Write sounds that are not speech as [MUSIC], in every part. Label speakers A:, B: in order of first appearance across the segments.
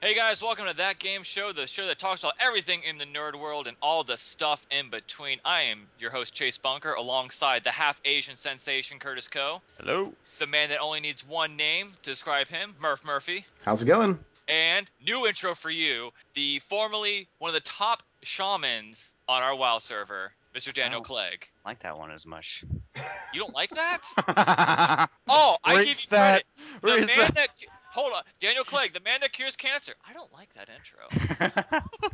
A: Hey guys, welcome to That Game Show, the show that talks about everything in the nerd world and all the stuff in between. I am your host, Chase Bunker, alongside the half Asian sensation, Curtis Coe,
B: Hello.
A: the man that only needs one name to describe him, Murph Murphy,
C: How's it going?
A: and new intro for you, the formerly one of the top shamans on our WoW server, Mr. Daniel
B: Wow.
A: Clegg.
B: Like that one
A: [LAUGHS]
B: as much.
A: You don't like
C: [LAUGHS]
A: that? Oh, I give you credit. The man
B: Reset.
A: that. Hold on, Daniel Clegg, the man that cures cancer. I don't like that intro.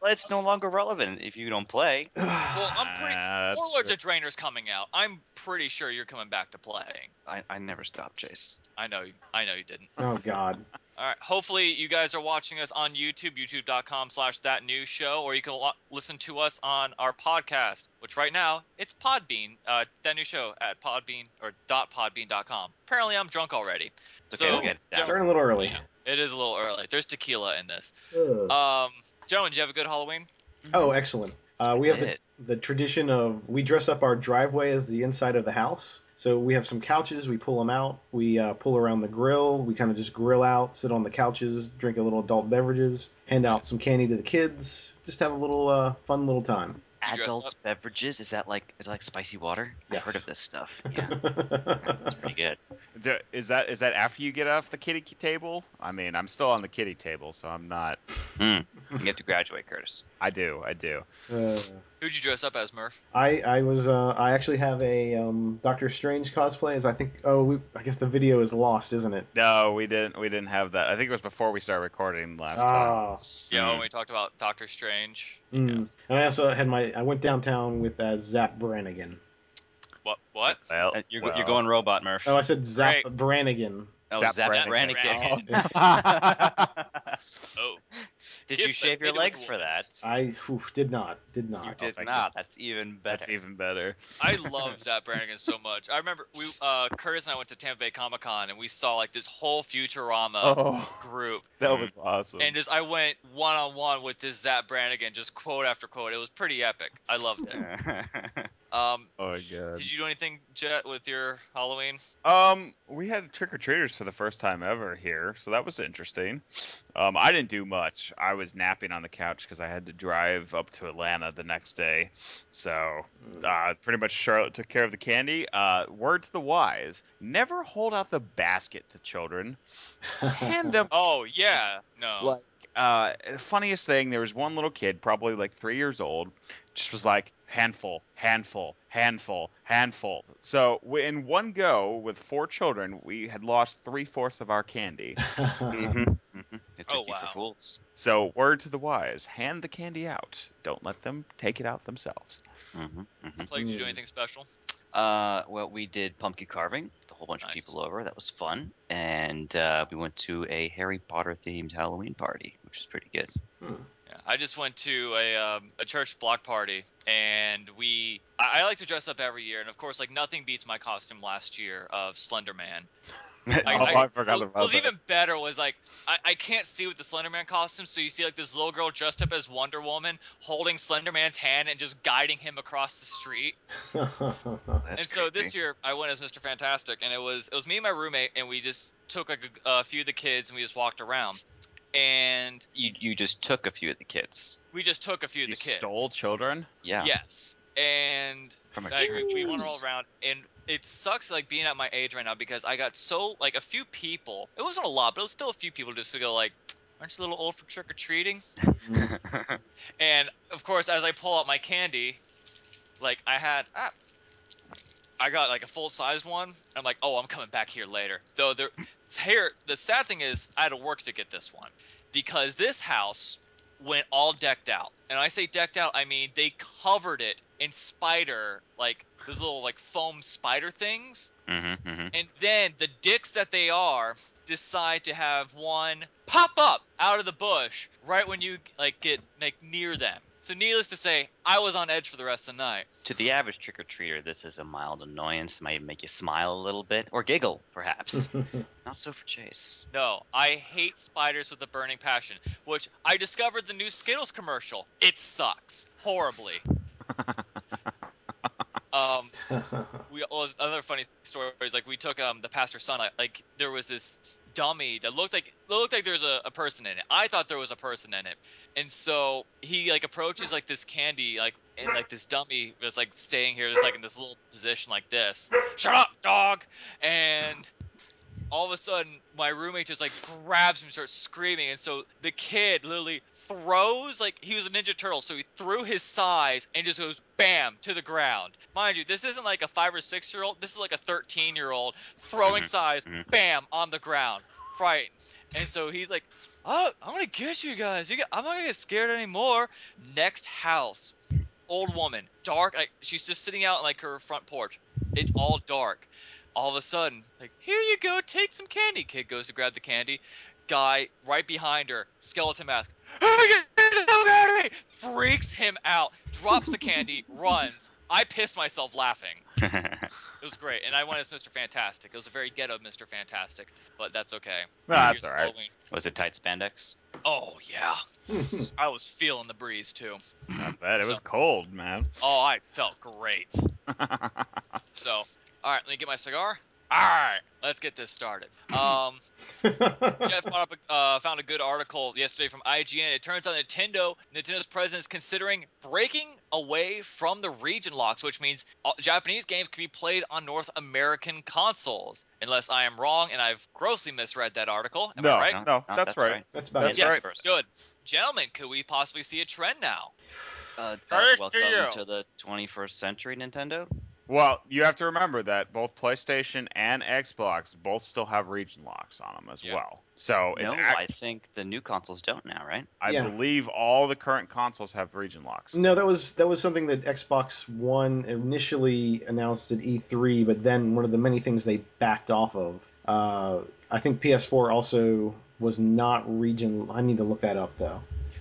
B: well, it's no longer relevant if you don't play.
A: Well, I'm pretty.
D: Ah, that's
A: Warlords
D: true.
A: of Drainer's coming out. I'm pretty sure you're coming back to playing.
B: I, I never stopped, Chase.
A: I know, you- I know you didn't.
C: Oh God.
A: All right. Hopefully, you guys are watching us on YouTube, YouTube.com/slash That New Show, or you can lo- listen to us on our podcast, which right now it's Podbean, uh, That New Show at Podbean or dot .podbean.com. Apparently, I'm drunk already.
B: It's okay,
A: So,
B: we'll get it down.
C: Starting a little early.
A: It is a little early. There's tequila in this.
C: Ugh.
A: Um, gentlemen, did you have a good Halloween?
C: oh, excellent. Uh, we have the,
B: Did.
C: the tradition of we dress up our driveway as the inside of the house. So we have some couches. We pull them out. We uh, pull around the grill. We kind of just grill out, sit on the couches, drink a little adult beverages, hand out some candy to the kids. Just have a little uh, fun little time. [LAUGHS]
A: you dress
B: Adult
A: up?
B: beverages? Is that like is that like spicy water? I've heard
C: Yes.
B: of this
A: [LAUGHS]
B: stuff. Yeah,
C: That's
B: it's pretty good.
D: Is that- Is that is that after you get off the kitty table? I mean, I'm still on the kitty table, so I'm not.
B: You have to graduate, Curtis.
D: I do, I do.
C: Uh,
A: Who'd you dress up as, Murph?
C: I I was uh, I actually have a um, Doctor Strange cosplay. As I think oh we, I guess the video is lost, isn't it?
D: No, we didn't. We didn't have that. I think it was before we started recording last time.
C: Ah.
A: Yeah,
B: Hmm.
A: when we talked about Doctor Strange.
C: Mm. And I also had my I went downtown with uh, Zap Brannigan.
A: What? What?
D: Well,
B: Uh, You're, go-
D: well.
B: you're going robot, Murph.
C: Oh, I said Zap
D: [LAUGHS]
C: Brannigan.
B: Oh,
D: Zap
B: Zap
D: Brannigan. [LAUGHS]
B: Brannigan.
A: Oh,
B: [LAUGHS] Did
A: Give the Oh,
B: you shave your
A: individual-
B: legs for that?
C: I whew, did not, did
B: You
C: not.
B: did
D: thank you.
B: not. That's even better.
D: That's even better.
A: I love Zach Brannigan so much. I remember we uh, Curtis and I went to Tampa Bay Comic Con and we saw like this whole Futurama
D: Oh,
A: group,
D: [LAUGHS] that was awesome.
A: and just I went one on one with this Zach Brannigan, just quote after quote. It was pretty epic. I loved it. Um,
D: oh yeah.
A: did you do anything, Jet, with your Halloween?
D: Um, we had trick or treaters for the first time ever here, so that was interesting. Um, I didn't do much. I was napping on the couch because I had to drive up to Atlanta the next day. So, uh, pretty much Charlotte took care of the candy. Uh, word to the wise: never hold out the basket to children. Hand them.
A: [LAUGHS] Oh yeah, no.
D: Like, uh, funniest thing, there was one little kid, probably like three years old, just was like handful, handful, handful, handful. So we- in one go with four children, we had lost three fourths of our candy.
B: [LAUGHS] It took
A: Oh,
B: you for
A: wow.
B: fools.
D: So word to the wise: hand the candy out. Don't let them take it out themselves.
B: Mhm, mhm.
A: Like, did you do
C: Mm.
A: anything special?
B: Uh, well, we did pumpkin carving with a whole bunch
A: Nice.
B: of people over. That was fun, and uh, we went to a Harry Potter themed Halloween party, which was pretty [LAUGHS] good.
A: Yeah, I just went to a, um, a church block party, and we. I, I like to dress up every year, and of course, like nothing beats my costume last year of Slender Man. I-
D: oh,
A: I-
D: I, forgot
A: what
D: about
A: was
D: that.
A: even better was like I, I can't see with the Slender Man costume, so you see like this little girl dressed up as Wonder Woman holding Slender Man's hand and just guiding him across the street.
B: That's
A: and so this
B: creepy.
A: year I went as Mr. Fantastic, and it was it was me and my roommate, and we just took like a, a few of the kids and we just walked around, and
B: you you just took a few of the kids.
A: we just took a few
D: you
A: of the kids.
D: stole children.
B: Yeah.
A: Yes, and
D: From a
A: like,
D: church.
A: we, we went all
B: Jeez.
A: around and it sucks like being at my age right now because i got so like a few people it wasn't a lot but it was still a few people just to go like aren't you a little old for
D: [LAUGHS]
A: trick-or-treating and of course as i pull out my candy like i had ah, i got like a full-size one i'm like oh i'm coming back here later though there here the sad thing is i had to work to get this one because this house went all decked out. And when I say decked out, I mean they covered it in spider, like those little like foam spider things.
B: mm-hmm, mm-hmm.
A: And then the dicks that they are decide to have one pop up out of the bush right when you like get like near them. So needless to say, I was on edge for the rest of the night.
B: To the average trick or treater, this is a mild annoyance. Might make you smile a little bit or giggle, perhaps. [LAUGHS] Not so for Chase.
A: No, I hate spiders with a burning passion, which I discovered the new Skittles commercial. It sucks horribly. Um, we oh, there's another funny story is like we took um the pastor's son like, like there was this dummy that looked like looked like there's a, a person in it i thought there was a person in it and so he like approaches like this candy like and like this dummy was like staying here just like in this little position like this shut up dog and all of a sudden my roommate just like grabs him and starts screaming and so the kid literally throws like he was a ninja turtle so he threw his size and just goes bam to the ground mind you this isn't like a five or six year old this is like a 13 year old throwing
B: Mhm,
A: size
B: mhm.
A: bam on the ground frightened and so he's like oh i'm gonna get you guys you get, i'm not gonna get scared anymore next house old woman dark like she's just sitting out in like her front porch it's all dark all of a sudden, like, here you go, take some candy. Kid goes to grab the candy. Guy right behind her, skeleton mask. [LAUGHS] "Hey, get the hell out of me!" Freaks him out, drops the candy, runs. I pissed myself laughing. It was great, and I went as Mr. Fantastic. It was a very ghetto Mr. Fantastic, but that's okay.
D: Nah, that's
A: Here's
D: all right.
A: Halloween.
B: was it tight spandex?
A: Oh yeah, I was feeling the breeze too.
D: I bet it was cold, man.
A: Oh, I felt
D: [LAUGHS]
A: great. So, all right, let me get my cigar. All right, let's get this started. Um. Jeff found, up a, uh, found a good article yesterday from IGN. It turns out Nintendo, Nintendo's president is considering breaking away from the region locks, which means all, Japanese games can be played on North American consoles. Unless I am wrong and I've grossly misread that article. Am
D: No,
A: I right?
D: no, that's right.
C: [LAUGHS] That's about
D: That's
C: it.
A: yes,
D: right.
A: good. Gentlemen, could we possibly see a trend now?
B: Uh,
A: First to
B: that welcome
A: you.
B: to the 21st century, Nintendo.
D: Well, you have to remember that both PlayStation and Xbox both still have region locks on them as
A: Yeah.
D: well. So Oh, it's
B: no,
D: ac-
B: I think the new consoles don't now, right?
D: I
C: Yeah. Mm.
D: believe all the current consoles have region locks.
C: No, that was that was something that Xbox One initially announced at E3, but then one of the many things they backed off of. Uh, I think PS4 also was not region. I need to look that up though.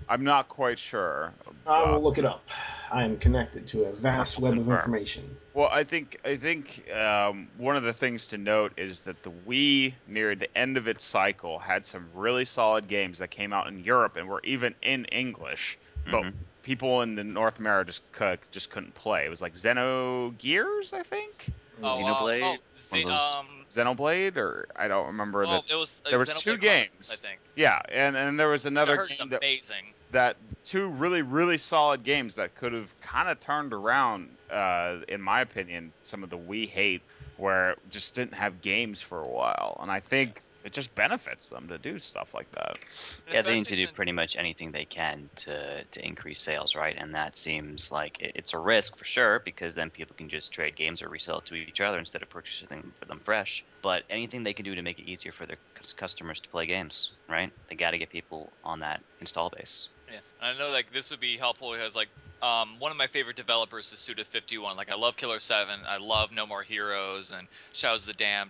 D: I'm not quite sure.
C: I
D: Uh,
C: will look it up. I am connected to a vast web of
D: Confirm.
C: information.
D: Well, I think I think um, one of the things to note is that the Wii near the end of its cycle had some really solid games that came out in Europe and were even in English, but
B: Mhm.
D: people in the North America just cou- just couldn't play. It was like Xeno Gears, I think,
A: Oh, uh,
B: Xenoblade,
A: oh,
B: one
A: Z-
B: of those-
A: um,
D: Xenoblade, or I don't remember
A: oh,
D: the.
A: it was uh,
D: there was two
A: Xenoblade Chronicles,
D: games.
A: I think.
D: Yeah, and and there was
A: I
D: another
A: heard it's
D: game that
A: amazing.
D: that two really really solid games that could have kind of turned around uh, in my opinion some of the Wii hate where it just didn't have games for a while and i think it just benefits them to do stuff like that
B: Yeah, they need to
A: Especially
B: do
A: since-
B: pretty much anything they can to, to increase sales, right? And that seems like it, it's a risk for sure because then people can just trade games or resell it to each other instead of purchasing for them fresh. But anything they can do to make it easier for their cus- customers to play games, right? They got to get people on that install base.
A: Yeah, and I know like this would be helpful because like um, one of my favorite developers is Suda Fifty One. Like I love Killer Seven, I love No More Heroes and Shadows of the Damned.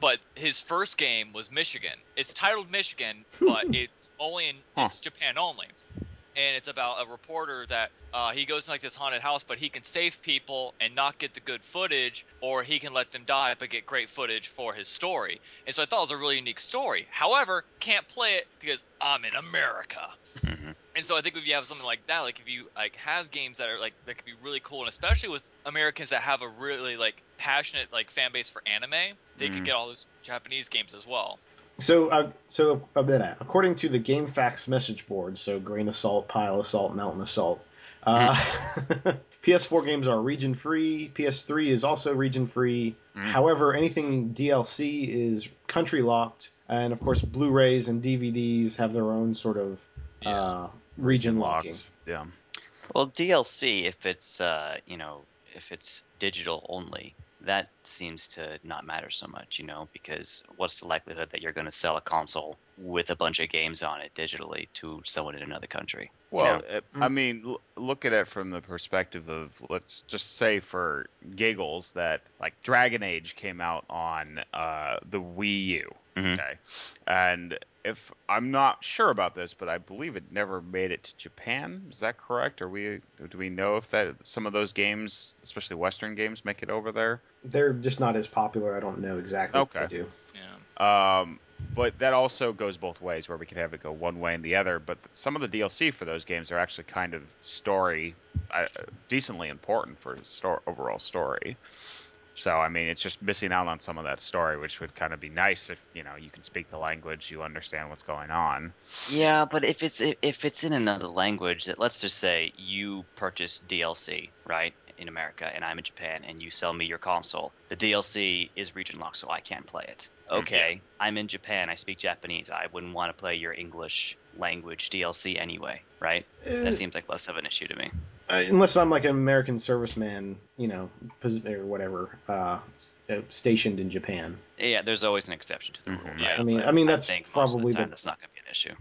A: But his first game was Michigan. It's titled Michigan, but it's only in
D: Huh.
A: it's Japan only. And it's about a reporter that uh, he goes to like this haunted house, but he can save people and not get the good footage, or he can let them die but get great footage for his story. And so I thought it was a really unique story. However, can't play it because I'm in America.
B: hmm
A: And so I think if you have something like that, like if you like have games that are like that could be really cool, and especially with Americans that have a really like passionate like fan base for anime, they could
B: Mhm.
A: get all those Japanese games as well.
C: So, uh, so uh, blah, according to the GameFAQs message board, so grain of salt, pile of salt, mountain of salt. Uh,
D: Mm.
C: [LAUGHS] PS4 games are region free. PS3 is also region free.
D: Mm.
C: However, anything DLC is country locked, and of course, Blu-rays and DVDs have their own sort of uh, region locking.
D: Locks, yeah
B: Well, DLC, if it's uh, you know, if it's digital only, that seems to not matter so much, you know, because what's the likelihood that you're going to sell a console with a bunch of games on it digitally to someone in another country?
D: Well, uh,
C: Mm.
D: I mean, l- look at it from the perspective of let's just say for giggles that like Dragon Age came out on uh, the Wii U,
B: Mhm.
D: okay, and if I'm not sure about this, but I believe it never made it to Japan. Is that correct? Are we do we know if that some of those games, especially Western games, make it over there?
C: They're just not as popular. I don't know exactly what
D: Okay.
C: they do.
A: Yeah.
D: Um, but that also goes both ways, where we could have it go one way and the other. But some of the DLC for those games are actually kind of story, uh, decently important for store, overall story. So I mean, it's just missing out on some of that story, which would kind of be nice if you know you can speak the language, you understand what's going on.
B: Yeah, but if it's if- if it's in another language, that let's just say you purchase DLC, right, in America, and I'm in Japan, and you sell me your console. The DLC is region locked, so I can't play it.
C: Mm-hmm.
D: Mm,
B: Okay, I'm in Japan. I speak Japanese. I wouldn't want to play your English language DLC anyway, right?
C: Eh,
B: That seems like less of an issue to me.
C: uh, unless I'm like an American serviceman, you know, pos- or whatever, uh, s- uh, stationed in Japan.
B: Yeah, there's always an exception to the rule.
D: Mhm.
B: right?
A: Yeah,
C: I mean-
B: But
C: I mean, that's
B: think most of
C: probably
B: the time
C: the-
B: that's not going to be an issue.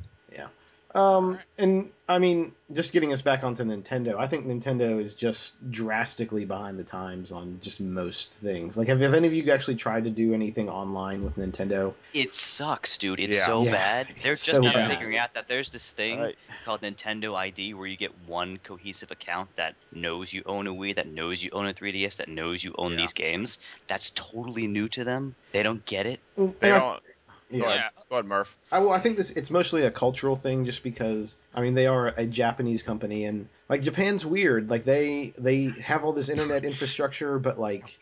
C: Um, and I mean, just getting us back onto Nintendo, I think Nintendo is just drastically behind the times on just most things. Like, have, have any of you actually tried to do anything online with Nintendo?
B: It sucks, dude. It's
D: Yeah.
B: so
C: Yeah,
B: bad.
C: it's
B: They're just
C: so
B: now
A: bad.
B: figuring out that there's this thing
D: Right.
B: called Nintendo ID where you get one cohesive account that knows you own a Wii, that knows you own a 3DS, that knows you own
D: Yeah.
B: these games. That's totally new to them. They don't get it.
D: They
C: And I-
D: don't.
C: yeah.
D: Go, ahead. go ahead, Murph.
C: I, well, I think this it's mostly a cultural thing, just because I mean they are a Japanese company, and like Japan's weird. Like they they have all this internet infrastructure, but like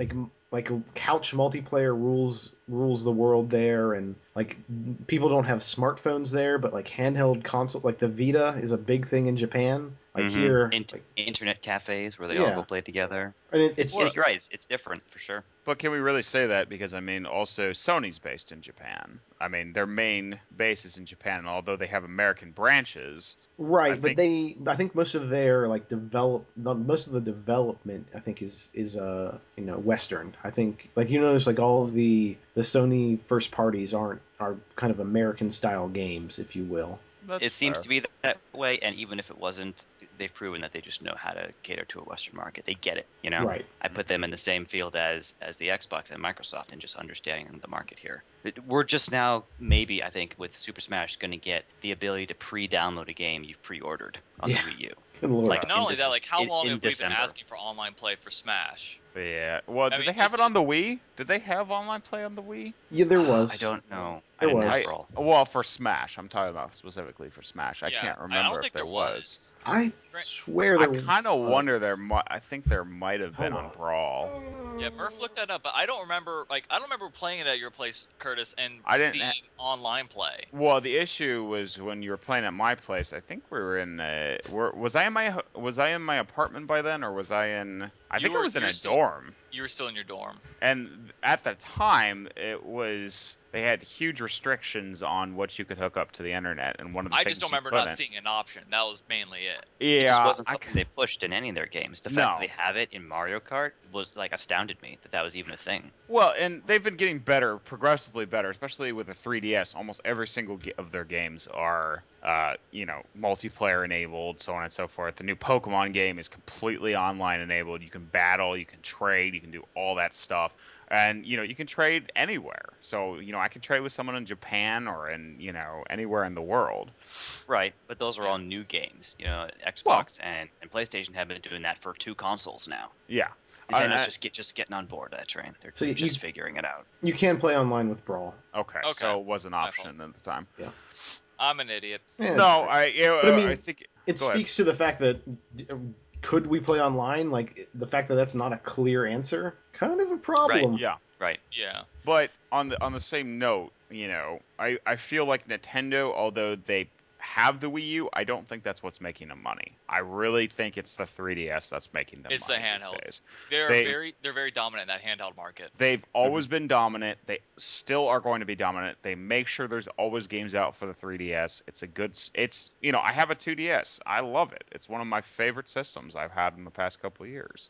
C: like like couch multiplayer rules rules the world there, and like people don't have smartphones there, but like handheld console, like the Vita is a big thing in Japan. Like
B: Mhm.
C: here,
B: In-
C: like,
B: Internet cafes where they
C: Yeah.
B: all go play together.
C: and it, it's
B: It's, it's right. It's, it's different for sure.
D: But can we really say that? Because I mean, also Sony's based in Japan. I mean, their main base is in Japan, and although they have American branches.
C: Right,
D: I
C: but they I think most of their like develop the- most of the development I think is is uh you know western. I think like you notice like all of the the Sony first parties aren't are kind of American style games if you will.
D: That's
B: it seems
D: fair.
B: to be that way, and even if it wasn't, they've proven that they just know how to cater to a Western market. They get it, you know.
C: Right.
B: I put them in the same field as as the Xbox and Microsoft, and just understanding the market here. It- We're just now maybe I think with Super Smash going to get the ability to pre-download a game you've pre-ordered on
C: Yeah.
B: the Wii U.
C: Good lord.
B: Like-
A: Not only that, like how
B: in-
A: long
B: in
A: have we been
B: December.
A: asking for online play for Smash?
D: Yeah. Well,
A: I
D: did
A: mean,
D: they have
A: this
D: it on the Wii? Did they have online play on the Wii?
C: yeah, there was.
B: I don't know.
C: There
B: I didn't
C: was.
B: know
D: I-
B: for all.
D: well, for Smash, I'm talking about specifically for Smash. I
A: Yeah,
D: can't
A: I
D: remember
A: don't
D: if
A: think
D: there was.
C: I
A: Right.
C: swear
D: I
C: there was.
D: kind of wonder there. Mu- I think there might have been
C: Hold
D: on
C: on.
D: Brawl.
A: Yeah, Murph looked that up, but I don't remember. Like, I don't remember playing it at your place, Curtis, and
D: I didn't
A: seeing
D: ha-
A: online play.
D: Well, the issue was when you were playing at my place. I think we were in. A, were, was I in my ho- was I in my apartment by then, or was I in? I
A: You
D: think
A: were-
D: I was in
A: you were
D: a
A: still-
D: dorm.
A: You were still in your dorm.
D: And at the time, it was they had huge restrictions on what you could hook up to the internet, and one of the
A: I
D: things
A: just don't
D: you
A: remember not
D: couldn't-
A: seeing an option. That was mainly it.
D: Yeah,
B: It just wasn't
D: I
B: something they pushed in any of their games. The fact
D: No.
B: that they have it in Mario Kart was like astounded me that that was even a thing.
D: Well, and they've been getting better, progressively better, especially with the 3DS. Almost every single ga- of their games are, uh, you know, multiplayer enabled, so on and so forth. The new Pokemon game is completely online enabled. You can battle, you can trade, you can do all that stuff, and you know, you can trade anywhere. So you know, I can trade with someone in Japan or in you know anywhere in the world.
B: Right, but those are all new games. You know, Xbox and, and PlayStation have been doing that for two consoles now.
D: Yeah, I-
B: Nintendo's
D: I-
B: just get just getting on board that train. They're
C: So you-
B: just
C: you-
B: figuring it out.
C: You can play online with Brawl.
D: okay,
A: Okay.
D: so it was an
A: fault.
D: option at the time.
A: I'm an idiot.
C: Yeah,
D: no,
C: it's-
D: I, you know, uh,
C: But I mean-
D: I think
C: it
D: Go ahead.
C: speaks to the fact that uh, could we play online? Like the fact that that's not a clear answer, kind of a problem.
D: yeah.
B: Right.
A: Yeah.
D: But on the on the same note, you know, I, I feel like Nintendo, although they have the Wii U, I don't think that's what's making them money. I really think it's the 3DS that's making them
A: It's the
D: money
A: handhelds.
D: these days.
A: They're
D: They-
A: very they're very dominant in that handheld market.
D: They've always been dominant. They still are going to be dominant. They make sure there's always games out for the 3DS. It's a good. s- It's you know I have a 2DS. I love it. It's one of my favorite systems I've had in the past couple of years.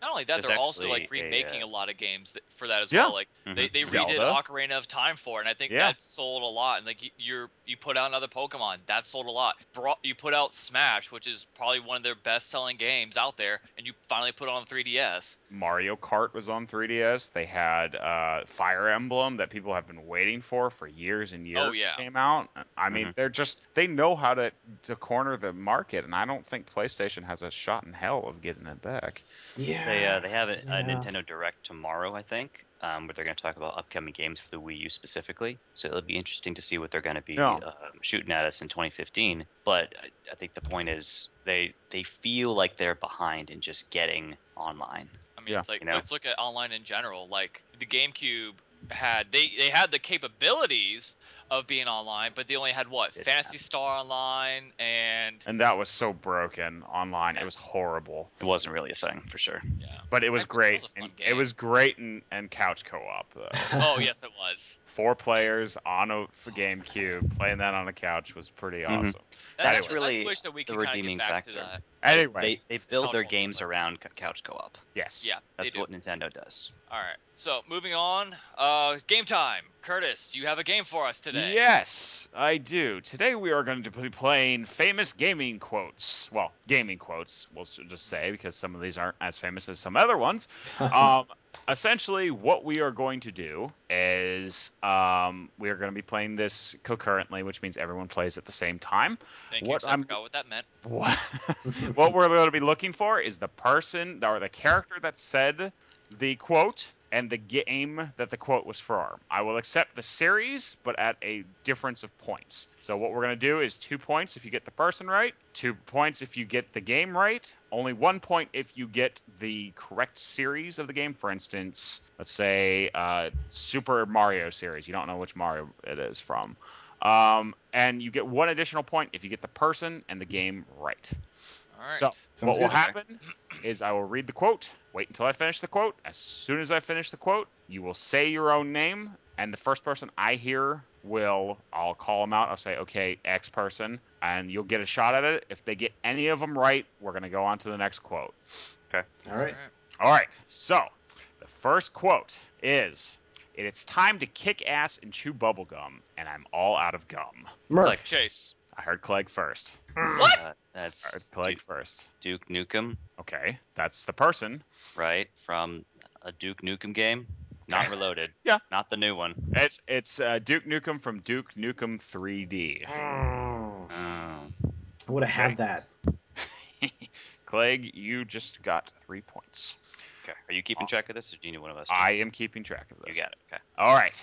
A: Not only that,
B: There's
A: they're also
B: actually
A: like
B: a,
A: remaking a,
B: uh,
A: lot of games that, for that as
D: Yeah.
A: well. Like
B: Mm-hmm.
A: they, they redid
D: Zelda.
A: Ocarina of Time for, it, and I think
D: Yeah.
A: that sold a lot. And like y- you're you put out another Pokemon that sold a lot. Bra- you put out Smash, which is probably one of their best selling games out there, and you finally put it on 3DS.
D: Mario Kart was on 3DS. They had uh, Fire Emblem that people have been waiting for for years and years.
A: Oh, yeah. Mm-hmm.
D: Came out. I mean,
B: Mhm.
D: they're just they know how to to corner the market, and I don't think PlayStation has a shot in hell of getting it back.
C: yeah.
B: a uh, they have a, a
C: Yeah.
B: Nintendo Direct tomorrow, I think, um, where they're going to talk about upcoming games for the Wii U specifically. So it'll be interesting to see what they're going to be
D: Yeah.
B: um, shooting at us in 2015. But I, I think the point is they they feel like they're behind in just getting online.
A: I mean,
D: Yeah.
A: it's like
B: You know?
A: let's look at online in general. Like the GameCube had they they had the capabilities of being online, but they only had what
B: Didn't
A: Fantasy Star Online
B: [LAUGHS]
A: and
D: And that was so broken online. It was horrible.
B: It wasn't really a thing for sure.
A: yeah.
D: But it was
A: That was
D: great.
A: a fun
D: and it
A: game.
D: was great and, and couch co op, though.
A: Oh yes, it was.
D: Four players on
A: [LAUGHS] Oh,
D: a for GameCube, playing that on a couch was pretty
A: Mm-hmm.
B: Mhm.
D: awesome.
A: That-
B: was really
A: I wish that we
B: the
A: could kind of
B: redeeming
A: get back to
B: factor.
A: that.
D: Anyways,
B: They they build their
A: Couch
B: games
A: multiplayer.
B: around c- couch co-op.
D: yes.
A: Yeah, they
B: That's
A: do.
B: what Nintendo does.
A: All right. So moving on. Uh, game time. Curtis, you have a game for us today.
D: Yes, I do. Today we are going to be playing famous gaming quotes. Well, gaming quotes, we'll s- just say, because some of these aren't as famous as some other ones. um, essentially, what we are going to do is um, we are going to be playing this concurrently, which means everyone plays at the same time.
A: Thank
D: What
A: you. 'cause I
D: I'm-
A: forgot what that meant.
D: What, what we're going to be looking for is the person or the character that said the quote and the game that the quote was from. I will accept the series, but at a difference of points. So what we're going to do is two points if you get the person right, two points if you get the game right, only one point if you get the correct series of the game. For instance, let's say uh, Super Mario series. You don't know which Mario it is from. Um, and you get one additional point if you get the person and the game right.
A: All right.
D: So, what will
C: good.
D: happen is I will read the quote, wait until I finish the quote. As soon as I finish the quote, you will say your own name, and the first person I hear will, I'll call them out. I'll say, okay, X person, and you'll get a shot at it. If they get any of them right, we're going to go on to the next quote.
C: All right.
D: All right, so the first quote is It's time to kick ass and chew bubblegum, and I'm all out of gum.
C: Murph.
A: Like Chase.
D: I heard Clegg first.
A: What?
B: Uh,
D: I
B: that's
D: heard Clegg first.
B: Duke Nukem,
D: Okay, that's the person.
B: right? From a Duke Nukem game,
D: [LAUGHS]
B: not Reloaded.
D: Yeah.
B: Not the new one.
D: It's it's uh, Duke Nukem from Duke Nukem 3D.
C: Mm.
B: Oh.
C: I would have had
D: Okay.
C: that.
D: [LAUGHS] Clegg, you just got three points.
B: Okay. Are you keeping track of this, or do you need one of us? to-
D: I am keeping track of
B: You
D: this.
B: got it. Okay.
D: All right.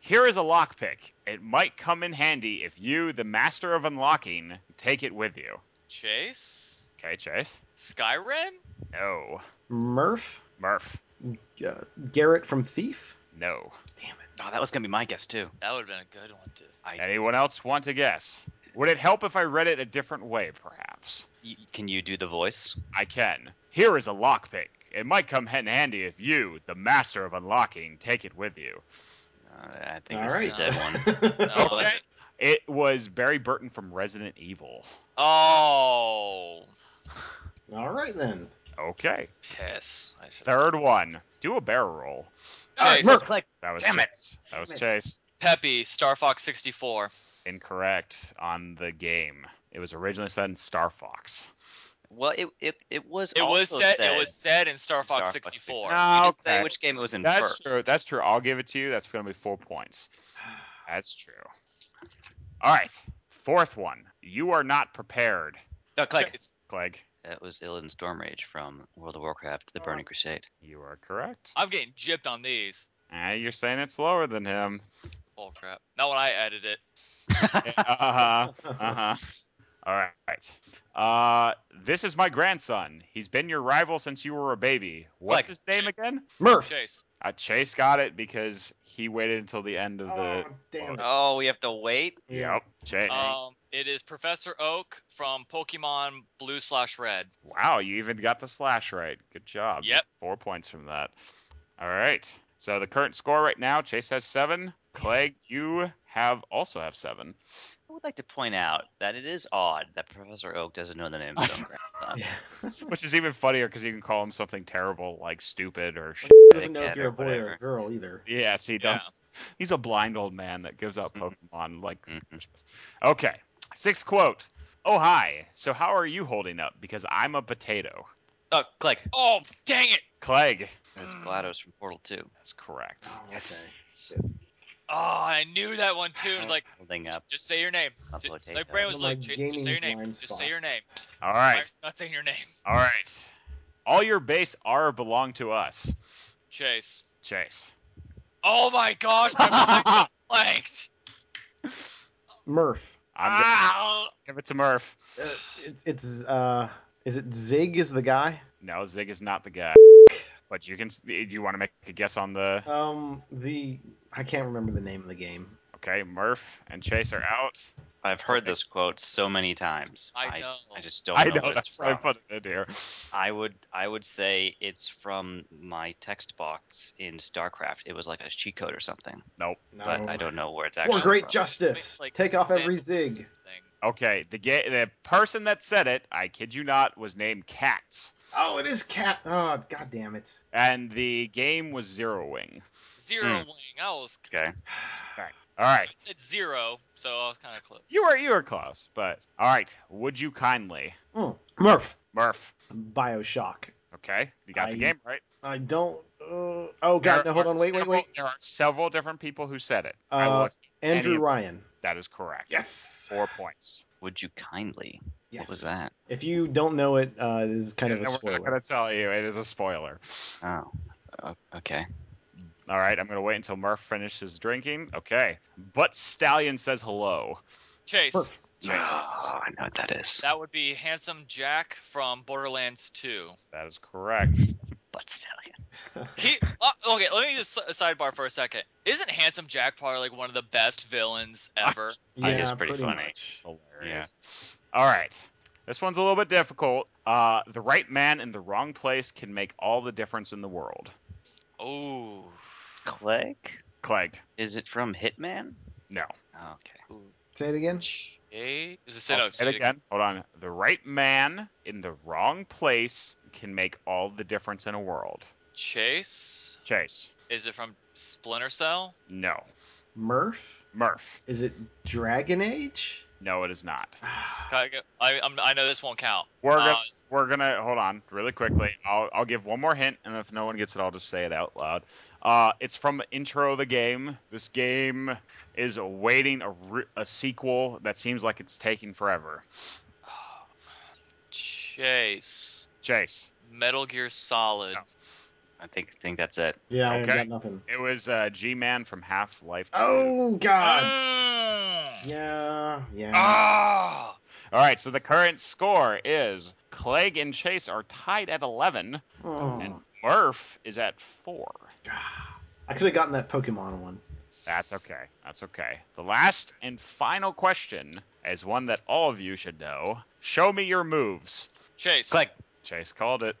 D: Here is a lockpick. It might come in handy if you, the master of unlocking, take it with you.
A: Chase.
D: Okay, Chase.
A: Skyrim.
D: No.
C: Murph.
D: Murph.
C: Uh, Garrett from Thief.
D: No.
C: Damn
B: Oh, that was gonna be my guess too.
A: That would have been a good one too.
B: I
D: Anyone else want to guess? Would it help if I read it a different way, perhaps?
B: y can you do the voice?
D: I can. Here is a lockpick. It might come in handy if you, the master of unlocking, take it with you.
B: Uh, I think
C: All
B: this is
A: right.
B: a dead [LAUGHS] one.
C: it. [LAUGHS]
A: No, it
D: Okay.
A: wasn't.
D: It was Barry Burton from Resident Evil.
A: Oh,
C: All right then.
D: Okay.
A: piss! I should
D: Third one. Do a barrel roll.
A: Chase.
C: Murph.
B: Click.
D: That was
B: Damn it.
D: Chase. That was
C: Damn it.
D: Chase.
A: Peppy, Star Fox 64.
D: Incorrect on the game. It was originally said in Star Fox.
B: Well, it it, it was.
A: It was
B: also
A: said. It was said in Star Fox
B: Fox
A: 64.
B: You
D: No.
B: didn't
D: Okay.
B: say which game it was in
D: That's
B: first.
D: true. That's true. I'll give it to you. That's going to be four points. That's true. All right. Fourth one. You are not prepared,
B: No, click.
A: Chase.
D: Clegg.
B: That was Illidan Stormrage from World of Warcraft: The Burning Crusade.
D: You are correct.
A: I'm getting gypped on these.
D: Ah, you're saying it's lower than him.
A: Oh crap! Not when I edit it.
D: uh-huh.
B: Uh,
D: Uh-huh. All right. Uh, this is my grandson. He's been your rival since you were a baby. What's
B: Like-
D: his name again?
C: Murph.
A: Chase.
D: Uh, Chase got it because he waited until the end of the.
C: Oh, damn it.
B: Oh, we have to wait.
C: [LAUGHS]
D: Yep. Chase.
A: Um, it is Professor Oak from Pokemon Blue slash Red.
D: wow, you even got the slash right. Good job.
A: Yep.
D: Four points from that. All right. So the current score right now, Chase has seven. Clegg, you have also have seven.
B: I would like to point out that it is odd that Professor Oak doesn't know the name of Uh, his own [LAUGHS] grandson.
D: Which is even funnier because you can call him something terrible like stupid or sh-
C: doesn't know if
B: Dickhead
C: you're
B: or
C: a boy or
B: whatever.
C: a girl either.
D: Yes, he
A: Yeah.
D: does. He's a blind old man that gives out
B: Mhm.
D: Pokemon like.
B: Mhm.
D: Okay, sixth quote. Oh hi. So how are you holding up? Because I'm a potato.
B: Oh, click.
A: Oh dang it!
D: Clegg.
A: Hmm.
B: That's GLaDOS from Portal 2.
D: That's correct.
C: Oh, okay.
A: Oh, I knew that one too. It was like,
B: Holding up
A: just say your name.
B: a
A: Ju-
B: potato.
A: Like Brand was
C: One
A: like,
C: of my
A: Chase, just say
C: gaming
A: your name.
C: blind
A: Just say your
C: spots.
A: name.
D: All
A: Why are you
D: right.
A: Not saying your name.
D: All right. All your base are belong to us.
A: Chase.
D: Chase.
A: Oh my gosh, my [LAUGHS] mind got blanked.
C: Murph.
D: I'm
A: Ow.
D: gonna give it to Murph.
C: Uh, it's it's uh, is it Zig is the guy?
D: No, Zig is not the guy. But you can. Do you want to make a guess on the?
C: Um, the I can't remember the name of the game.
D: Okay, Murph and Chase are out.
B: I've heard this quote so many times.
A: I know.
B: I, just don't.
D: I
B: know,
D: know
B: what it's
D: that's why I
B: from.
D: put it in here.
B: I would I would say it's from my text box in StarCraft. It was like a cheat code or something,
D: Nope.
C: No.
B: but I don't know where it's
C: For
B: actually.
C: great
B: from.
C: justice,
A: Like,
C: take off
A: Zig.
C: every Zig.
A: Thing.
D: Okay, the ga- the person that said it, I kid you not, was named Katz,
C: Oh, it is cat. Oh, god damn it. [SIGHS]
D: and the game was zeroing.
A: Zero
B: Mm.
A: wing. I was.
B: Okay.
D: All right,
A: I said zero, so I was kind of close.
D: you were you were close, but all right. Would you kindly,
C: Mm. Murph.
D: Murph?
C: Bioshock.
D: Okay, you got
C: I-
D: the game right.
C: I don't. Uh, oh god, no,
D: There
C: hold
D: are
C: on, wait, wait,
D: several-
C: wait.
D: There are several different people who said it. I
C: Uh,
D: will accept
C: Andrew
D: any of-
C: Ryan.
D: that is correct.
C: Yes.
D: Four points.
B: Would you kindly?
C: Yes.
B: What was that?
C: If you don't know it, uh, this is kind of
D: And
C: a
D: we're not
C: spoiler.
D: gonna tell you. It is a spoiler.
B: Oh, o- okay.
D: All right, I'm gonna wait until Murph finishes drinking. Okay, but Stallion says hello.
A: Chase.
C: Murph.
B: Oh, I know what that is.
A: That would be Handsome Jack from Borderlands 2.
D: That is correct.
B: But stallion.
A: He uh, okay. Let me just s- sidebar for a second. Isn't Handsome Jack probably like one of the best villains
D: [LAUGHS]
A: ever?
B: That is
C: Yeah,
B: pretty funny.
C: much.
D: Hilarious. All right. This one's a little bit difficult. Uh, the right man in the wrong place can make all the difference in the world.
A: Oh,
B: Click.
D: Clegg,
B: Is it from Hitman?
D: no.
B: Oh, okay.
C: Say it again.
A: Jay is it
D: I'll
A: said
D: say it again. Hold on. The right man in the wrong place can make all the difference in a world.
A: Chase.
D: Chase,
A: Is it from Splinter Cell?
D: no.
C: Murph.
D: Murph,
C: Is it Dragon Age?
D: no, it is not.
C: Ah,
A: Can I, get- I, I'm, I know this won't count.
D: We're
A: Uh,
D: gonna, we're gonna hold on really quickly. I'll, I'll give one more hint, and if no one gets it, I'll just say it out loud. Uh, it's from intro of the game. This game is awaiting a, re- a sequel that seems like it's taking forever.
A: Chase.
D: Chase,
A: Metal Gear Solid.
D: No.
B: I think think that's it.
C: Yeah, I
D: Okay.
C: got nothing.
D: it was uh, G-Man from Half Life.
C: Oh
D: Uh,
C: god.
A: Mm.
C: Yeah, yeah.
A: Ah.
D: All right, so the current score is Clegg and Chase are tied at eleven, and
C: Oh,
D: Murph is at four.
C: I could have gotten that Pokemon one.
D: That's okay. That's okay. The last and final question is one that all of you should know. Show me your moves.
A: Chase.
B: Click.
D: Chase called it.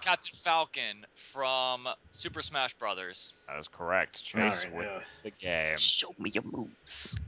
A: Captain Falcon from Super Smash Brothers.
D: That is correct. Chase
C: Alright,
D: wins the game.
B: Show me your moves. [LAUGHS]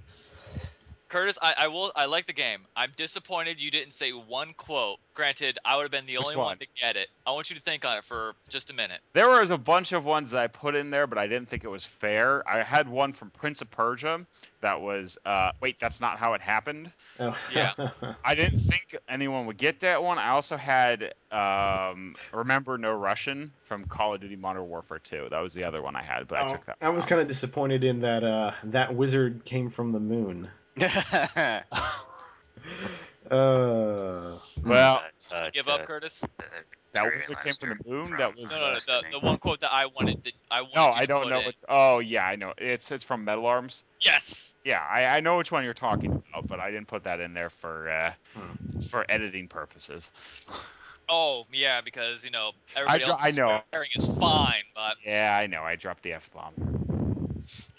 A: Curtis, I, I will. I like the game. I'm disappointed you didn't say one quote. Granted, I would have been the
D: Which
A: only
D: one?
A: one to get it. I want you to think on it for just a minute.
D: There was a bunch of ones that I put in there, but I didn't think it was fair. I had one from Prince of Persia that was, uh, wait, that's not how it happened.
C: Oh.
A: Yeah.
C: [LAUGHS]
D: I didn't think anyone would get that one. I also had um, Remember No Russian from Call of Duty Modern Warfare 2. That was the other one I had, but I
C: Oh,
D: took that.
C: I was kind of disappointed in that uh, that wizard came from the moon. Uh,
D: Well-
B: Uh, uh,
A: Give
B: uh,
A: up, Curtis.
B: uh,
D: That
B: Jerry
D: was what came from
B: Lannister.
D: the moon. That was uh,
A: No, no, no.
B: last
A: The,
B: name.
A: the one quote that I wanted. To, I wanted
D: No,
A: you
D: I
A: to
D: don't
A: put
D: know.
A: in.
D: What's, oh, yeah, I know. It's it's from Metal Arms.
A: Yes.
D: Yeah, I, I know which one you're talking about, but I didn't put that in there for uh, for editing purposes. [LAUGHS]
A: Oh, yeah, because you know everybody
D: dro-
A: else.
D: I know.
A: Swearing is fine, but
D: Yeah, I know. I dropped the f bomb.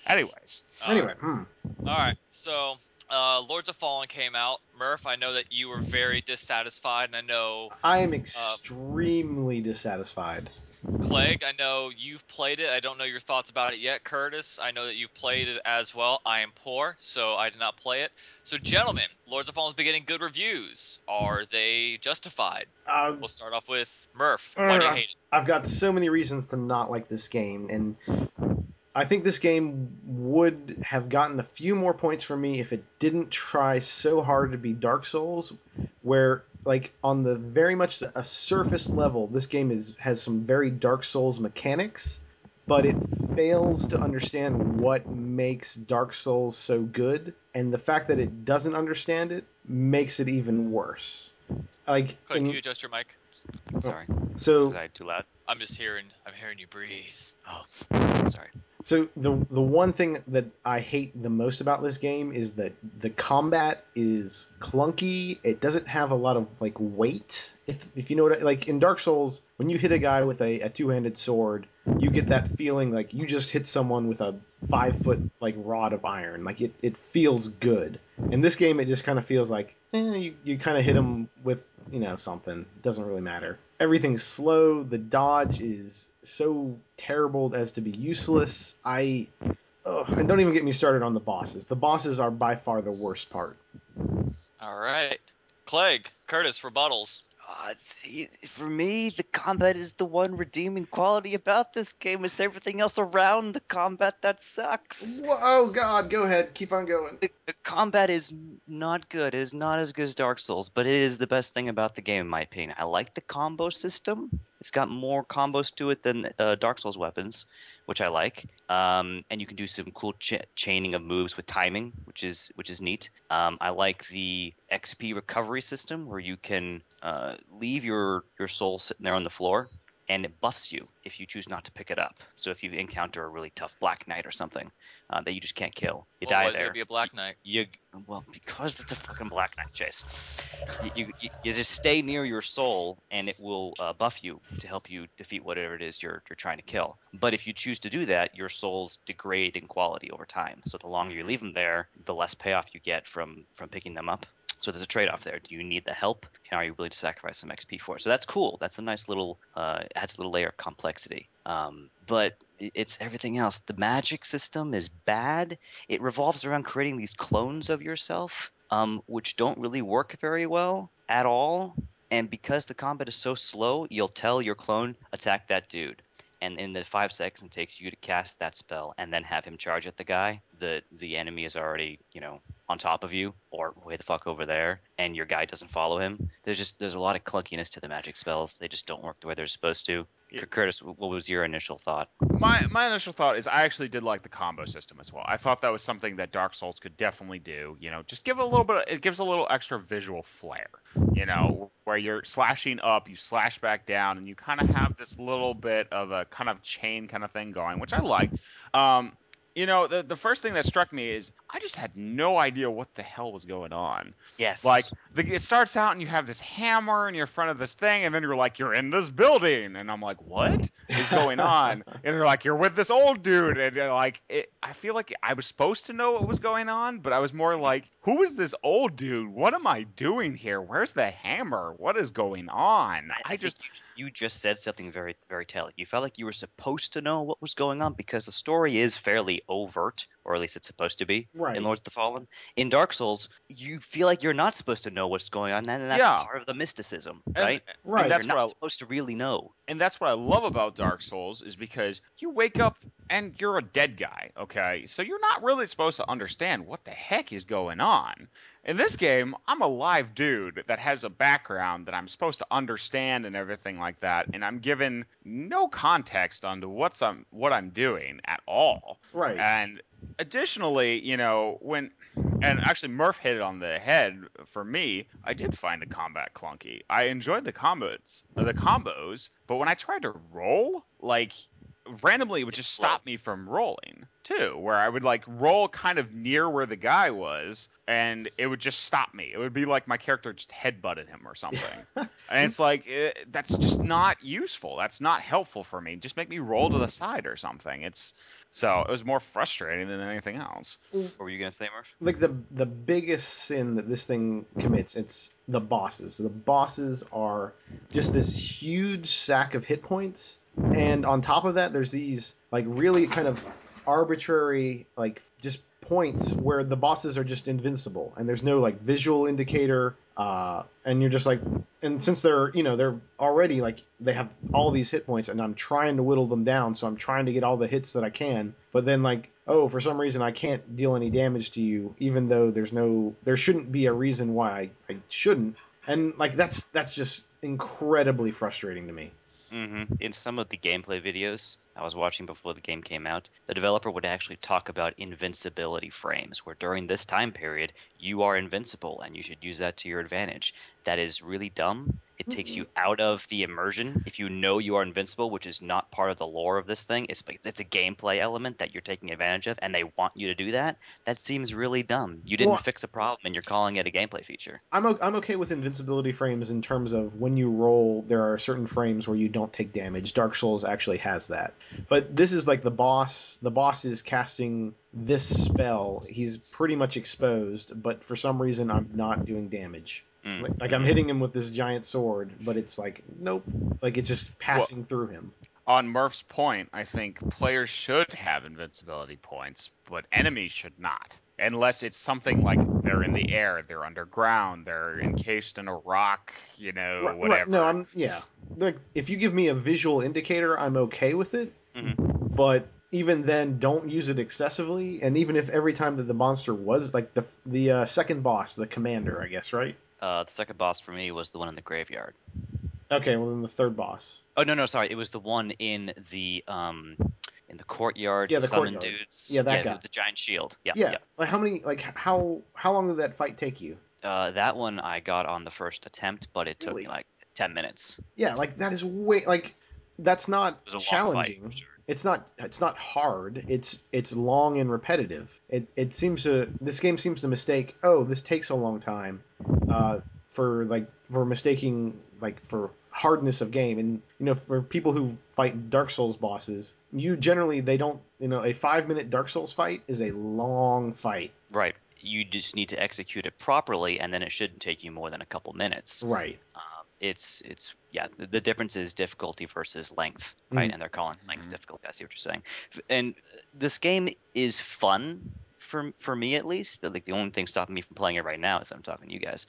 D: Anyways,
A: uh,
C: anyway, hmm.
A: All right. So, uh, Lords of Fallen came out. Murph, I know that you were very dissatisfied, and I know
C: I
D: uh,
C: am extremely dissatisfied.
A: Clegg, I know you've played it. I don't know your thoughts about it yet. Curtis, I know that you've played it as well. I am poor, so I did not play it. So, gentlemen, Lords of Fallen's been getting good reviews. Are they justified?
C: Uh,
A: We'll start off with Murph. Why do you hate it?
C: I've got so many reasons to not like this game, and I think this game would have gotten a few more points from me if it didn't try so hard to be Dark Souls, where like on the very much a surface level, this game is has some very Dark Souls mechanics, but it fails to understand what makes Dark Souls so good, and the fact that it doesn't understand it makes it even worse. Like
A: Clegg,
C: in-
A: can you adjust your mic?
B: Sorry.
C: So
B: Was I too loud?
A: I'm just hearing. I'm hearing you breathe.
B: Oh, sorry.
C: So the the one thing that I hate the most about this game is that the combat is clunky. It doesn't have a lot of like weight. If if you know what I, like in Dark Souls, when you hit a guy with a, a two handed sword, you get that feeling like you just hit someone with a five foot like rod of iron. Like it, it feels good. In this game, it just kind of feels like eh, you you kind of hit them with you know something. Doesn't really matter. Everything's slow. The dodge is so terrible as to be useless. I ugh, and don't even get me started on the bosses. The bosses are by far the worst part.
A: All right, Clegg, Curtis, rebuttals.
B: Uh, it's- it- for me, the combat is the one redeeming quality about this game. It's everything else around the combat that sucks.
C: Whoa, oh God, go ahead, keep on going.
B: The, the combat is n- not good. It is not as good as Dark Souls, but it is the best thing about the game, in my opinion. I like the combo system. It's got more combos to it than uh, Dark Souls weapons, which I like. Um, and you can do some cool ch- chaining of moves with timing, which is which is neat. Um, I like the XP recovery system where you can uh, leave your your soul sitting there on the floor, and it buffs you if you choose not to pick it up. So if you encounter a really tough Black Knight or something uh, that you just can't kill, you die
A: Otherwise,
B: there
A: it'd be a Black Knight.
B: you well because it's a fucking black knight chase you, you, you, you just stay near your soul and it will uh, buff you to help you defeat whatever it is you're, you're trying to kill but if you choose to do that your souls degrade in quality over time so the longer you leave them there the less payoff you get from from picking them up so there's a trade-off there. Do you need the help, and are you willing to sacrifice some XP for it? So that's cool. That's a nice little uh, adds a little layer of complexity. Um, but i- it's everything else. The magic system is bad. It revolves around creating these clones of yourself, um, which don't really work very well at all. And because the combat is so slow, you'll tell your clone attack that dude. And in the five seconds it takes you to cast that spell and then have him charge at the guy, the the enemy is already, you know, on top of you or way the fuck over there and your guy doesn't follow him there's just there's a lot of clunkiness to the magic spells they just don't work the way they're supposed to
D: Yeah.
B: curtis wh- what was your initial thought
D: My my initial thought is I actually did like the combo system as well. I thought that was something that Dark Souls could definitely do. You know, just give a little bit. Of, it gives a little extra visual flair. You know, where you're slashing up, you slash back down, and you kind of have this little bit of a kind of chain kind of thing going, which I like. Um, you know, the the first thing that struck me is I just had no idea what the hell was going on.
B: yes
D: Like the, it starts out and you have this hammer and you're in front of this thing, and then you're like, you're in this building, and I'm like, what is going on? and they're like, you're with this old dude, and they're like, it, I feel like I was supposed to know what was going on, but I was more like, who is this old dude? What am I doing here? Where's the hammer? What is going on? I
B: think
D: just
B: you, you just said something very very telling you felt like you were supposed to know what was going on because the story is fairly overt or at least it's supposed to be
C: Right.
B: in lords of the fallen in dark souls you feel like you're not supposed to know what's going on and that's
D: Yeah.
B: part of the mysticism
D: and-
B: right
C: Right.
D: And that's
B: you're
D: what
B: not
D: I,
B: supposed to really know
D: and that's what I love about Dark Souls is because you wake up and you're a dead guy, okay? So you're not really supposed to understand what the heck is going on. In this game, I'm a live dude that has a background that I'm supposed to understand and everything like that, and I'm given no context onto what's I'm, what I'm doing at all.
C: right.
D: And additionally, you know, when and actually Murph hit it on the head for me, I did find the combat clunky. I enjoyed the combos, uh, the combos, but when I tried to roll, like randomly it would just stop me from rolling too where i would like roll kind of near where the guy was and it would just stop me it would be like my character just headbutted him or something and it's like eh, that's just not useful that's not helpful for me just make me roll to the side or something it's so it was more frustrating than anything else
B: what were you going to say murph
C: like the the biggest sin that this thing commits it's the bosses the bosses are just this huge sack of hit points and on top of that there's these like really kind of arbitrary like just points where the bosses are just invincible and there's no like visual indicator uh and you're just like and since they're you know they're already like they have all these hit points and i'm trying to whittle them down so i'm trying to get all the hits that i can but then like oh for some reason i can't deal any damage to you even though there's no there shouldn't be a reason why i, I shouldn't and like that's that's just incredibly frustrating to me
B: hmm In some of the gameplay videos I was watching before the game came out, the developer would actually talk about invincibility frames, where during this time period, you are invincible and you should use that to your advantage. That is really dumb. It takes you out of the immersion. If you know you are invincible, which is not part of the lore of this thing, it's it's a gameplay element that you're taking advantage of, and they want you to do that. That seems really dumb. You didn't
C: Well-
B: fix a problem, and you're calling it a gameplay feature.
C: I'm o- I'm okay with invincibility frames in terms of when you roll, there are certain frames where you don't take damage. Dark Souls actually has that, but this is like the boss. The boss is casting this spell. He's pretty much exposed, but for some reason I'm not doing damage.
B: Mm.
C: Like, like I'm hitting him with this giant sword, but it's like nope. Like it's just passing through him.
D: on Murph's point, I think players should have invincibility points, but enemies should not. Unless it's something like they're in the air, they're underground, they're encased in a rock, you know,
C: Right- right,
D: whatever. Mm,
C: No, I'm yeah. Like if you give me a visual indicator, I'm okay with it.
B: Mm-hmm.
C: But even then, don't use it excessively. And even if every time that the monster was like the the uh, second boss, the commander, I guess, right?
B: Uh, the second boss for me was the one in the graveyard.
C: Okay, well then the third boss.
B: Oh no, no, sorry. It was the one in the um in the courtyard.
C: Yeah, the
B: summon
C: courtyard.
B: dudes.
C: Yeah, that
B: yeah,
C: guy.
B: with The giant shield. Yeah,
C: Yeah.
B: yeah.
C: Like how many? Like h- how how long did that fight take you?
B: Uh, that one I got on the first attempt, but it took
C: Really?
B: me like ten minutes.
C: Yeah, like that is way like that's not
B: It was a long fight,
C: challenging.
B: for sure.
C: it's not it's not hard it's it's long and repetitive it, it seems to this game seems to mistake oh this takes a long time uh, for like for mistaking like for hardness of game and you know for people who fight dark souls bosses you generally they don't you know a five minute dark souls fight is a long fight
B: Right. You just need to execute it properly, and then it shouldn't take you more than a couple minutes.
C: right
B: Um, it's it's yeah. The, the difference is difficulty versus length, right?
C: Mhm.
B: And they're calling length
D: Mhm.
B: difficulty. I see what you're saying. And this game is fun for for me at least. But like the only thing stopping me from playing it right now is I'm talking to you guys.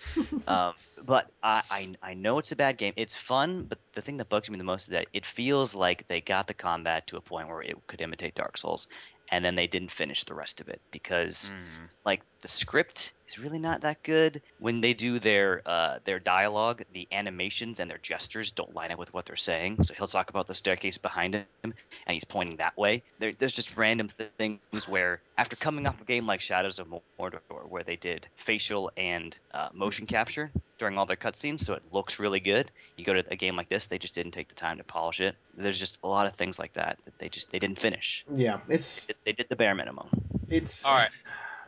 B: um, but I, I I know it's a bad game. It's fun, but the thing that bugs me the most is that it feels like they got the combat to a point where it could imitate Dark Souls, and then they didn't finish the rest of it because
D: Mm.
B: like the script is really not that good when they do their uh, their dialogue the animations and their gestures don't line up with what they're saying so he'll talk about the staircase behind him and he's pointing that way there, there's just random things where after coming off a game like shadows of mordor where they did facial and uh, motion capture during all their cutscenes so it looks really good you go to a game like this they just didn't take the time to polish it there's just a lot of things like that that they just they didn't finish
C: yeah it's
B: they did the bare minimum
C: it's
A: All right. [SIGHS]
B: [CLEARS THROAT]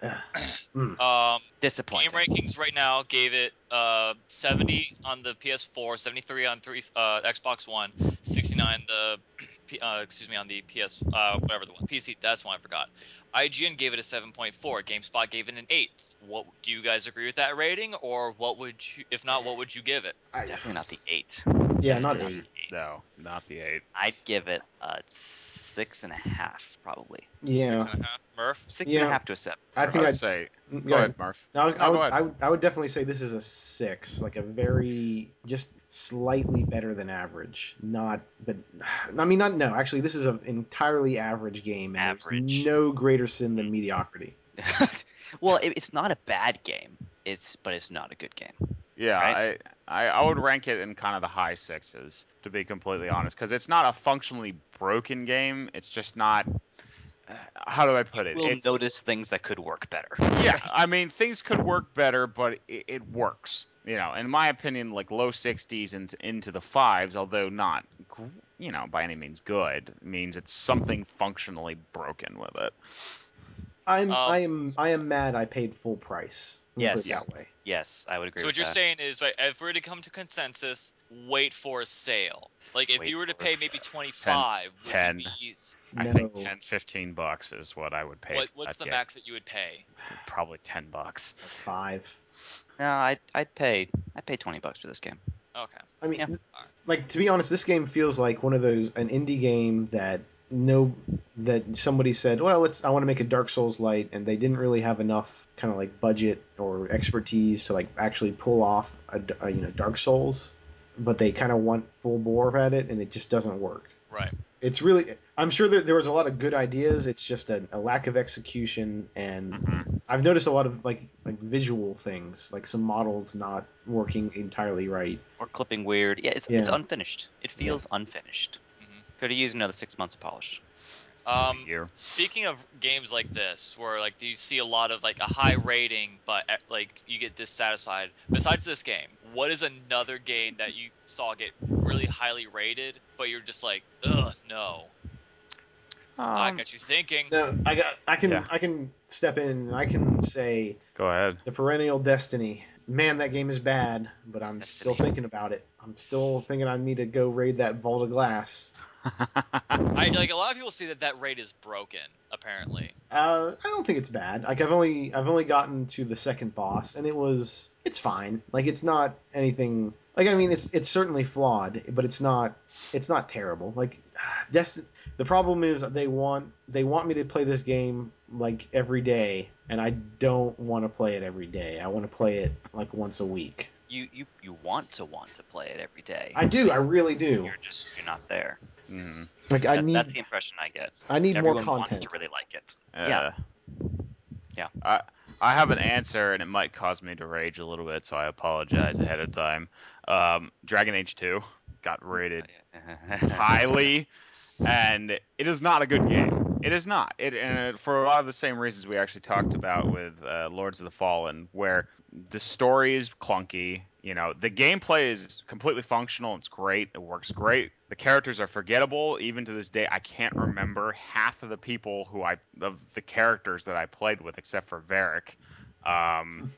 C: Mm.
A: Um,
B: disappointing
A: game rankings right now gave it uh, 70 on the PS4, 73 on three uh, Xbox One, 69 the P- uh, excuse me on the PS uh, whatever the one PC. That's one I forgot. IGN gave it a 7.4. GameSpot gave it an 8. What do you guys agree with that rating, or what would you, if not, what would you give it?
C: I-
B: definitely not the eight
C: yeah not eight
D: No, not the eight.
B: I'd give it a six and a half, probably.
C: yeah
A: Six and a half, Murph.
B: six and a half
C: Yeah.
B: to a seven. [LAUGHS]
C: i think
D: I'd
C: i'd
D: say.
C: go
D: Go
C: ahead.
D: ahead, Murph.
C: No, I,
D: No,
C: I, would,
D: go ahead.
C: I would I would definitely say this is a six, like a very just slightly better than average. Not, but I mean, not no. Actually, this is an entirely average game, and
B: Average.
C: there's no greater sin
D: Mm-hmm.
C: than mediocrity.
B: well, it, it's not a bad game. It's but it's not a good game.
D: Yeah,
B: Right?
D: I, I I would rank it in kind of the high sixes, to be completely honest, because it's not a functionally broken game. It's just not. uh, How do I put it?
B: We'll
D: it's
B: notice things that could work better.
D: yeah, I mean things could work better, but it, it works. You know, in my opinion, like low 60s and into the fives, although not, gr- you know, by any means good, means it's something functionally broken with it.
C: I'm
D: Oh.
A: Um,
C: I am I am mad. I paid full price. Let's put it
B: Yes.
C: that way.
B: Yes, I would agree.
A: So
B: with
A: what you're
B: that.
A: saying is, right, if we were to come to consensus, wait for a sale. Like if
B: Wait
A: you were to
B: for- [LAUGHS]
A: pay maybe 25, would
D: ten.
A: you be s-
D: I
C: No,
D: think 10, 15 bucks is what I would pay.
A: what,
D: for
A: what's
D: that
A: the
D: game.
A: max that you would pay?
D: Probably 10 bucks.
C: five.
B: No, I'd, I'd pay I'd pay twenty bucks for this game.
A: Okay.
C: I mean,
B: Yeah.
C: th- like to be honest, this game feels like one of those an indie game that no that somebody said, well, let's I want to make a Dark Souls light, and they didn't really have enough kind of like budget or expertise to like actually pull off a, d- a, you know Dark Souls, but they kind of went full bore at it, and it just doesn't work.
A: Right.
C: It's really I'm sure that there was a lot of good ideas. It's just a, a lack of execution and
D: Mhm.
C: I've noticed a lot of like like visual things, like some models not working entirely right.
B: Or clipping weird. Yeah, it's it's
C: Yeah.
B: unfinished. It feels unfinished.
A: Mhm.
B: Could have used another six months of polish.
A: Um,
D: year.
A: speaking of games like this, where like you see a lot of like a high rating, but eh, like you get dissatisfied. Besides this game, what is another game that you saw get really highly rated, but you're just like, ugh, no. I
D: Um,
A: got you thinking.
C: No, I got. I can.
D: Yeah.
C: I can step in. and I can say
D: go ahead.
C: the perennial Destiny. Man, that game is bad, but I'm still
B: Destiny.
C: thinking about it. I'm still thinking I need to go raid that vault of glass.
A: I like a lot of people see that that rate is broken. Apparently,
C: Uh, I don't think it's bad. Like I've only I've only gotten to the second boss, and it was it's fine. Like it's not anything. Like I mean, it's it's certainly flawed, but it's not it's not terrible. Like [SIGHS] Desti- the problem is they want they want me to play this game like every day, and I don't want to play it every day. I want to play it like once a week.
B: You, you you want to want to play it every day.
C: I do, I really do.
B: You're just you're not there.
D: Mm,
C: Like
B: That-
C: I
B: that's
C: need
B: the impression I get.
C: I need more
B: Everyone
C: content.
B: wants to really like it.
D: uh,
B: Yeah.
D: I I have an answer, and it might cause me to rage a little bit, so I apologize ahead of time. Um, Dragon Age Two got rated [LAUGHS]
B: [LAUGHS]
D: highly, and it is not a good game. It is not. It and for a lot of the same reasons we actually talked about with uh, Lords of the Fallen, where the story is clunky. You know, the gameplay is completely functional. It's great. It works great. The characters are forgettable. Even to this day, I can't remember half of the people who I of the characters that I played with, except for Varric. Um,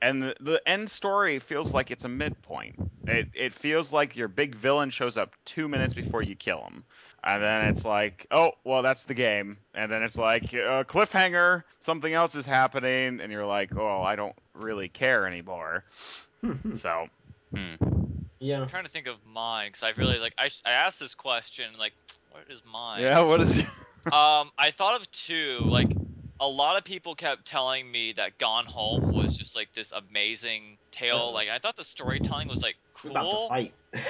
D: and the, the end story feels like it's a midpoint. It, it feels like your big villain shows up two minutes before you kill him. And then it's like, oh, well, that's the game. And then it's like, uh, cliffhanger, something else is happening. And you're like, oh, I don't really care anymore. So,
C: [LAUGHS] yeah.
A: I'm trying to think of mine because I really like I, I asked this question like, what is mine?
D: yeah, what is.
A: um, I thought of two. Like, a lot of people kept telling me that Gone Home was just like this amazing tale. Like, I thought the storytelling was like
C: We're Uh-huh. about to
A: cool.
C: fight. [LAUGHS]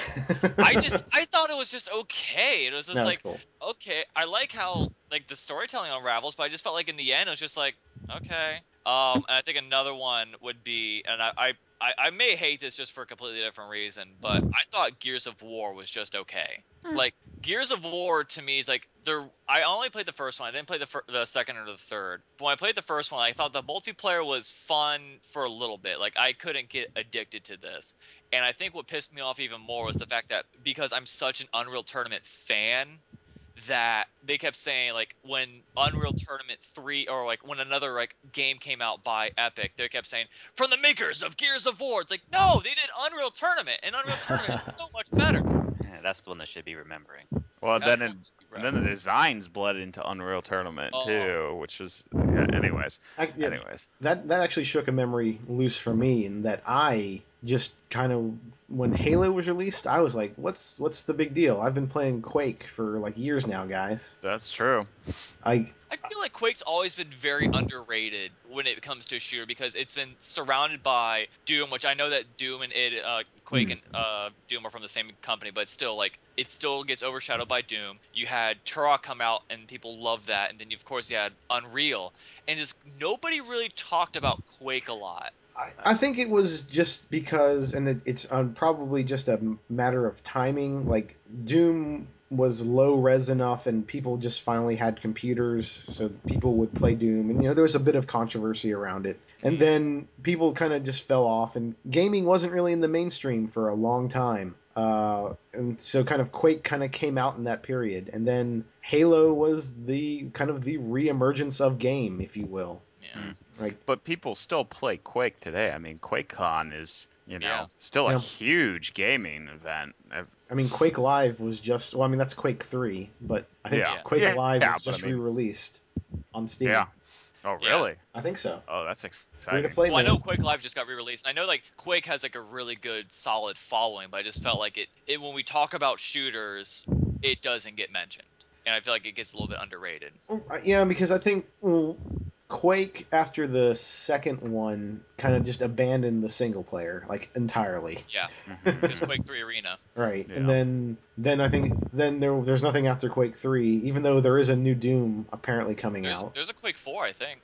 A: I just, I thought it was just okay. It was just
C: no,
A: like,
C: it's cool.
A: okay, I like how like the storytelling unravels, but I just felt like in the end it was just like, okay. Um, and I think another one would be, and I, I, I, I may hate this just for a completely different reason, but I thought Gears of War was just okay. Like Gears of War to me is like there. I only played the first one. I didn't play the fir- the second or the third. But when I played the first one, I thought the multiplayer was fun for a little bit. Like I couldn't get addicted to this. And I think what pissed me off even more was the fact that because I'm such an Unreal Tournament fan, that they kept saying like when Unreal Tournament 3 or like when another like game came out by Epic, they kept saying from the makers of Gears of War. It's like no, they did Unreal Tournament and Unreal Tournament is so much better.
B: that's the one that should be remembering.
D: Well,
A: That's
D: then it,
A: what-
D: then the designs bled into Unreal Tournament,
A: Oh.
D: too, which was. yeah, anyways.
C: I, yeah,
D: Anyways.
C: that that actually shook a memory loose for me in that I just kind of when Halo was released, I was like, what's what's the big deal? I've been playing Quake for like years now, guys.
D: That's true.
C: I
A: I feel like Quake's always been very underrated when it comes to a shooter because it's been surrounded by Doom, which I know that Doom and it, uh, Quake and uh, Doom are from the same company, but still, like, it still gets overshadowed by Doom. You had Turok come out, and people loved that, and then of course you had Unreal, and just nobody really talked about Quake a lot.
C: I, I think it was just because, and it, it's um, probably just a m- matter of timing. Like Doom was low res enough, and people just finally had computers, so people would play Doom, and you know there was a bit of controversy around it. And then people kind of just fell off, and gaming wasn't really in the mainstream for a long time. Uh, and so kind of Quake kind of came out in that period, and then Halo was the kind of the reemergence of game, if you will.
A: Yeah.
C: Like
D: but people still play Quake today. I mean, QuakeCon is you know
A: Yeah.
D: still
C: Yeah.
D: a huge gaming event. Ev-
C: I mean, Quake Live was just. Well, I mean, that's Quake Three, but I think
D: Yeah.
C: Quake
D: Yeah,
C: Live
D: yeah,
C: was
D: but
C: just
D: I mean-
C: re-released on Steam.
D: Yeah. Oh
A: Yeah.
D: really?
C: I think so.
D: Oh, that's
C: Free to
D: exciting.
C: play.
A: Well, I
C: man.
A: know Quake Live just got re-released. and I know like Quake has like a really good, solid following, but I just felt like it, it when we talk about shooters, it doesn't get mentioned, and I feel like it gets a little bit underrated.
C: Well, Oh, I- Yeah, because I think well, Quake after the second one kind of just abandoned the single player like entirely.
A: Yeah,
D: Mhm.
C: [LAUGHS]
A: because Quake Three Arena.
C: Right,
D: Yeah.
C: and then then I think then there there's nothing after Quake Three, even though there is a new Doom apparently coming
A: There's,
C: out.
A: there's a Quake Four, I think.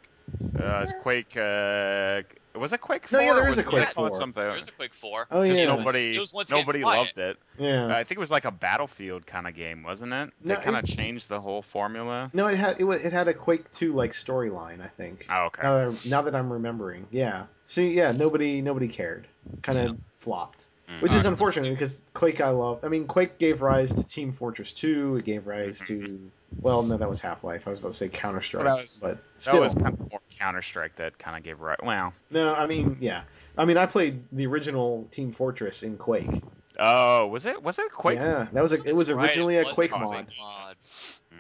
D: uh, it's Quake uh, Was it Quake
C: No,
D: Four?
C: yeah, there
D: or
C: is
D: was
C: a
D: it-
C: Quake
D: they call it
C: 4.
D: Something.
A: There was a quick four.
C: Oh,
D: Just
C: yeah.
D: nobody,
A: It was once again
D: nobody
A: quiet.
D: loved it.
C: Yeah.
D: I think it was like a battlefield kind of game, wasn't it?
C: No,
D: They kind
C: it-
D: of changed the whole formula.
C: No, it had it, wa- it had a Quake Two like storyline. I think.
D: Oh, okay.
C: Now that, I'm, now that I'm remembering, yeah. See, yeah, nobody nobody cared. Kind of flopped,
D: Mm-hmm.
B: Mm.
C: which
A: Alright, let's
C: is unfortunate
A: do-
C: because Quake I love. I mean, Quake gave rise to Team Fortress Two. It gave rise to well, no, that was Half Life. I was about to say Counter Strike,
D: Well, Mm-hmm. that was-
C: but
D: that
C: still,
D: was kind of more Counter Strike that kind of gave right. Wow.
C: no. I mean, yeah. I mean, I played the original Team Fortress in Quake.
D: Oh, was it? Was it Quake?
C: Yeah, that was a, it was
A: Right,
C: originally
A: it
C: a
A: was
C: Quake
D: Quake.
C: mod.
A: mod.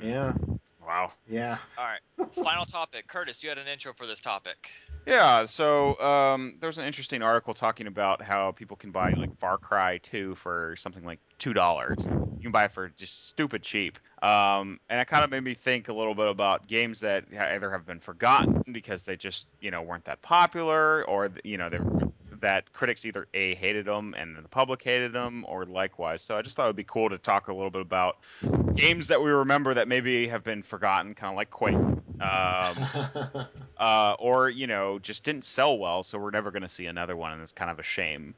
C: Yeah,
D: Mm-hmm. Wow.
C: yeah.
A: All right. Final topic. Curtis, you had an intro for this topic.
D: Yeah, so um, there was an interesting article talking about how people can buy like Far Cry 2 for something like two dollars. You can buy it for just stupid cheap, um, and it kind of made me think a little bit about games that ha- either have been forgotten because they just you know weren't that popular, or you know they were, that critics either a hated them and the public hated them, or likewise. So I just thought it would be cool to talk a little bit about games that we remember that maybe have been forgotten, kind of like Quake. Um,
C: [LAUGHS]
D: uh, or you know just didn't sell well, so we're never going to see another one, and it's kind of a shame.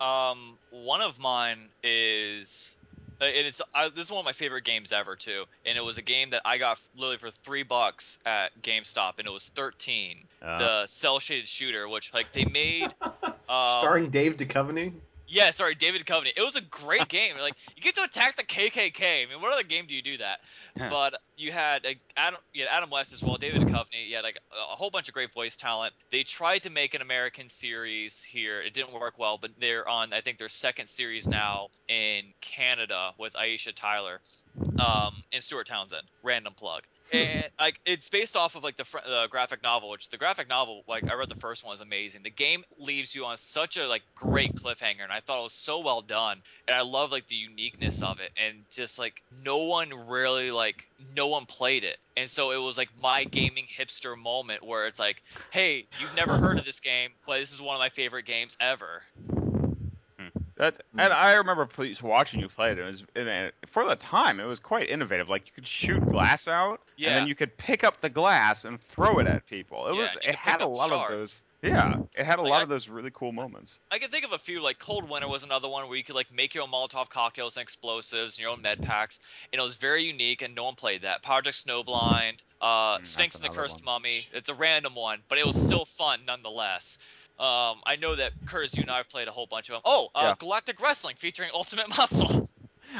A: Um, one of mine is, uh, and it's I, this is one of my favorite games ever too, and it was a game that I got literally for three bucks at GameStop, and it was thirteen,
D: Uh,
A: the cell shaded shooter, which like they made. Um,
D: uh,
C: Starring Dave Duchovny.
A: Yeah, sorry, David Covenant. It was a great game. Like you get to attack the KKK. I mean, what other game do you do that?
B: Yeah.
A: But you had like, Adam, you had Adam West as well, David Covenant. You had like a whole bunch of great voice talent. They tried to make an American series here. It didn't work well, but they're on I think their second series now in Canada with Aisha Tyler um, and Stuart Townsend. Random plug. And like it's based off of like the, fr- the graphic novel, which the graphic novel, like I read the first one, is amazing. The game leaves you on such a like great cliffhanger, and I thought it was so well done, and I love like the uniqueness of it, and just like no one really like no one played it, and so it was like my gaming hipster moment where it's like, hey, you've never heard of this game, but this is one of my favorite games ever.
D: that,
A: Hmm.
D: and I remember police watching you play it. It was and it, for the time, it was quite innovative. Like you could shoot glass out, and
A: Yeah.
D: then you could pick up the glass and throw it at people. It
A: Yeah,
D: was
A: and you
D: it
A: could
D: had
A: pick
D: a
A: up
D: lot
A: shards.
D: of those. Yeah, it had a
A: Like,
D: lot
A: I-
D: of those really cool moments.
A: I can think of a few. Like Cold Winter was another one where you could like make your own Molotov cocktails and explosives and your own med packs, and it was very unique, and no one played that. Project Snowblind, uh,
D: Mm,
A: Sphinx
D: that's
A: and the
D: another
A: Cursed
D: one.
A: Mummy. It's a random one, but it was still fun nonetheless. Um, I know that Curtis, you and I have played a whole bunch of them. Oh, uh,
D: Yeah.
A: Galactic Wrestling featuring Ultimate [LAUGHS] Muscle.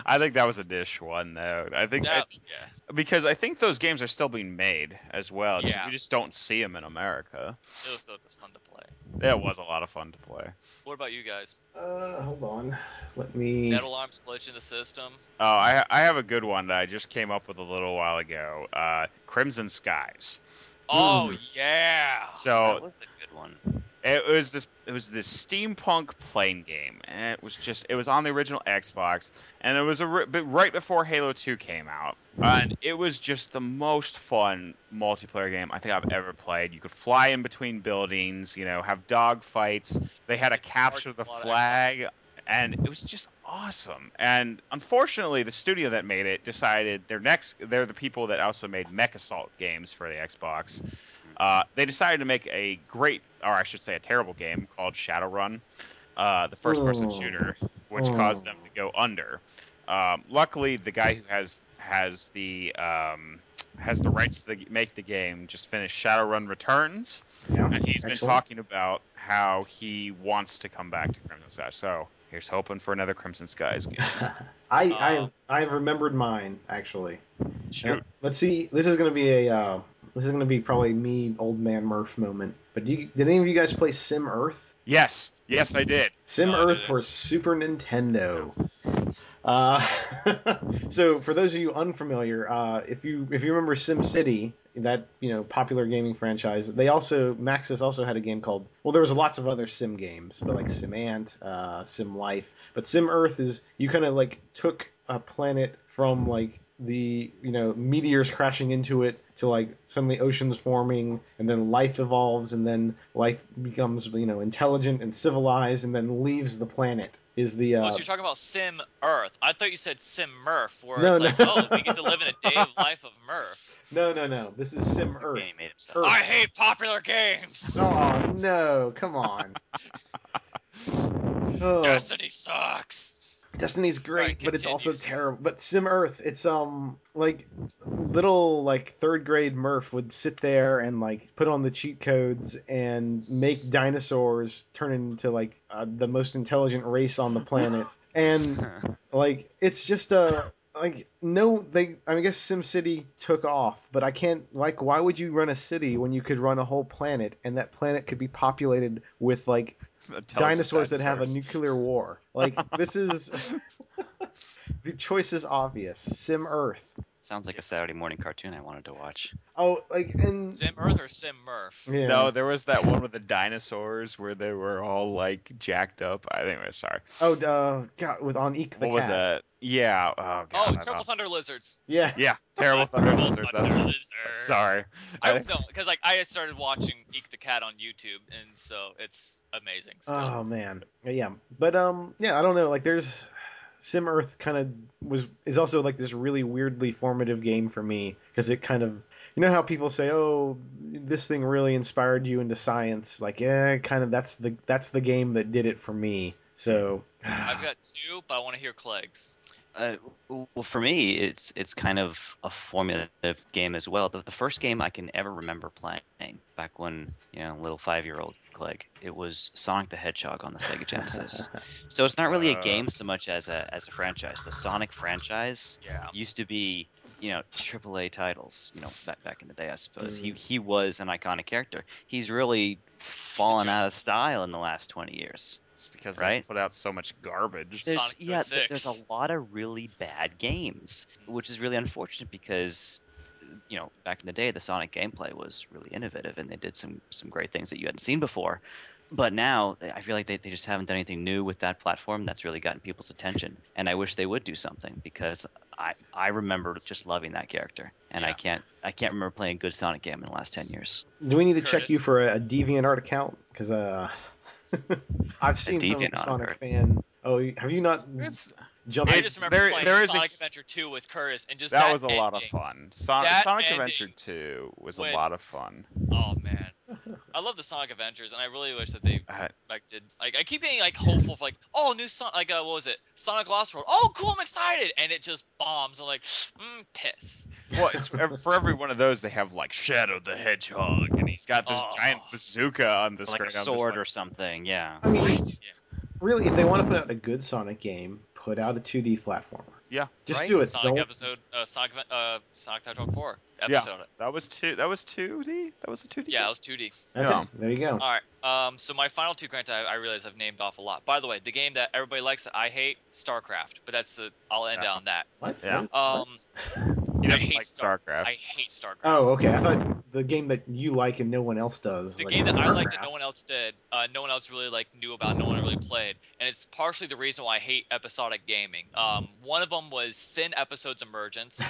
D: I think that was a dish one though. I think I
A: That,
D: th-
A: yeah.
D: because I think those games are still being made as well. It's just-
A: Yeah.
D: we just don't see them in America.
A: It was so it was fun to play.
D: That was a lot of fun to play.
A: What about you guys?
C: Uh, hold on. Let
D: Mm.
C: me.
A: Dead alarms glitch in the system.
D: Oh, I, I have a good one that I just came up with a little while ago. Uh, Crimson Skies.
A: Oh yeah.
D: So
B: That was Oh, a good one.
D: it was this it was this steampunk plane game, and it was just it was on the original Xbox, and it was a ri- but right before Halo Two came out, and it was just the most fun multiplayer game I think I've ever played. You could fly in between buildings, you know, have dog fights. They had a
A: It's hard
D: capture
A: with
D: the
A: a lot of
D: flag, and it was just awesome. And unfortunately, the studio that made it decided their next they're the people that also made Mech Assault games for the Xbox. Uh, they decided to make a great, or I should say, a terrible game called Shadowrun, uh, the first-person
C: Oh.
D: shooter, which
C: Oh.
D: caused them to go under. Um, luckily, the guy who has has the um, has the rights to the, make the game just finished Shadowrun Returns,
C: Yeah.
D: and he's been
C: Excellent.
D: talking about how he wants to come back to Crimson Skies. So here's hoping for another Crimson Skies game.
C: [LAUGHS] I,
A: Uh,
C: I I've remembered mine actually.
D: Shoot.
C: Let's see. This is gonna be a uh, this is gonna be probably me old man Murph moment. But do you, did any of you guys play Sim Earth?
D: Yes, yes, I did. [LAUGHS]
C: Sim
A: No, I
C: Earth
A: didn't.
C: for Super Nintendo. Uh, [LAUGHS] so for those of you unfamiliar, uh, if you if you remember Sim City, that you know popular gaming franchise, they also Maxis also had a game called well, there was lots of other Sim games, but like Sim Ant, uh, Sim Life, but Sim Earth is you kind of like took a planet from like the you know meteors crashing into it to like suddenly oceans forming and then life evolves and then life becomes you know intelligent and civilized and then leaves the planet is the
A: Oh,
C: uh,
A: so you're talking about Sim Earth. I thought you said Sim Murph, where
C: No,
A: it's
C: no.
A: like, oh, we get to live in a day of life of
D: [LAUGHS]
A: Murph.
C: no no no this is sim
B: The
C: earth
B: game made itself.
C: Earth.
A: I hate popular games.
C: oh no come on oh,
A: Destiny sucks.
C: destiny's great
A: Alright,
C: but it's also
A: continue.
C: terrible but sim earth it's um like little like third grade Murph would sit there and like put on the cheat codes and make dinosaurs turn into like uh, the most intelligent race on the planet. and like it's just a like no they I, mean, I guess SimCity took off, but I can't like why would you run a city when you could run a whole planet and that planet could be populated with like dinosaurs, that have a nuclear war. Like
D: [LAUGHS]
C: this is the choice is obvious. Sim Earth.
B: [LAUGHS] Sounds like a Saturday morning cartoon I wanted to watch.
C: Oh, like and
A: Sim Earth or Sim Murph?
C: yeah.
D: No, there was that one with the dinosaurs where they were all like jacked up. I anyway, sorry.
C: Oh, uh, God, with on Eek the
D: what was
C: cat.
D: that? Yeah. Oh god. I
A: Oh,
D: don't
A: Terrible
D: know.
A: Thunder Lizards.
C: Yeah.
D: Yeah, terrible thunder lizards. That's
A: Thunder
D: what-
A: Lizards.
D: sorry.
A: [LAUGHS] I,
D: I,
A: no, because like I had started watching Eek the Cat on YouTube, and so it's amazing. Still.
C: Oh man. Yeah. But um, yeah, I don't know. Like, there's Sim Earth kind of was is also like this really weirdly formative game for me because it kind of you know how people say oh this thing really inspired you into science like yeah kind of that's the that's the game that did it for me so
A: I've got two, but I want to hear Clegg's.
B: Uh, well, for me, it's it's kind of a formulative game as well. The, the first game I can ever remember playing back when you know little five year old Clegg, it was Sonic the Hedgehog on the Sega [LAUGHS] Genesis. so it's not really a
D: Uh.
B: game so much as a as a franchise. The Sonic franchise
A: Yeah.
B: used to be you know AAA titles. You know back back in the day, I suppose he
C: Mhm.
B: he was an iconic character. He's really fallen
A: joke.
B: out of style in the last twenty years.
D: it's because
B: Right?
D: they put out so much garbage.
A: There's-
B: There's,
A: Sonic
B: yeah,
A: 06.
B: th- there's a lot of really bad games, which is really unfortunate because, you know, back in the day, the Sonic gameplay was really innovative and they did some some great things that you hadn't seen before. But now eh, I feel like they, they just haven't done anything new with that platform that's really gotten people's attention. And I wish they would do something because I, I remember just loving that character. And I
A: Yeah.
B: can't I can't remember playing a good Sonic game in the last ten years.
C: do we need to check
A: Curtis.
C: you for a, a DeviantArt account because uh [LAUGHS] I've seen some
B: DeviantArt.
C: Sonic fan oh have you not
D: It's,
C: jump.
A: I
D: It's-
A: just remember
D: there-
A: playing
D: there is a-
A: Sonic Adventure 2 with Curtis, and just
D: that was a lot of
A: ending-
D: fun. Son-
A: that
D: Sonic
A: ending
D: Adventure 2 was
A: when-
D: a lot of fun.
A: Oh man, I love the Sonic Adventures, and I really wish that they
D: Uh,
A: like did. Like I keep getting like hopeful for like, oh new Son, like uh, what was it, Sonic Lost World? Oh cool, I'm excited, and it just bombs. I'm like, [SNIFFS] mm, piss.
D: well, it's for every one of those they have like Shadow the Hedgehog, and he's got this
A: Oh.
D: giant bazooka on the
B: Like
D: screen.
B: a sword or something, [LAUGHS] yeah.
C: I mean,
A: Yeah.
C: really, if they want to put out a good Sonic game, put out a 2D platformer.
D: Yeah,
C: Just
D: right?
C: do it.
A: Sonic
C: Don't.
A: episode, uh, Sonic, Adven- uh, Sonic the Hedgehog 4
D: Yeah.
A: episode.
D: That was two. That was two D. That was a two D.
A: Yeah, it was 2D.
C: Okay,
D: No.
C: There you go.
A: All right. Um, so my final two grant, I, I realize I've named off a lot. By the way, the game that everybody likes that I hate, StarCraft. But that's the. I'll end
D: Yeah.
A: on that.
C: What?
D: Yeah.
A: Um,
D: he doesn't
A: hate
D: like
A: Star-
D: StarCraft.
A: I hate StarCraft.
C: Oh, okay. I thought the game that you like and no one else does.
A: the
C: like,
A: game that I like that
C: StarCraft.
A: no one else did, uh, no one else really like knew about, no one really played, and it's partially the reason why I hate episodic gaming. Um, one of them was Sin episodes
C: [LAUGHS]
A: Emergence,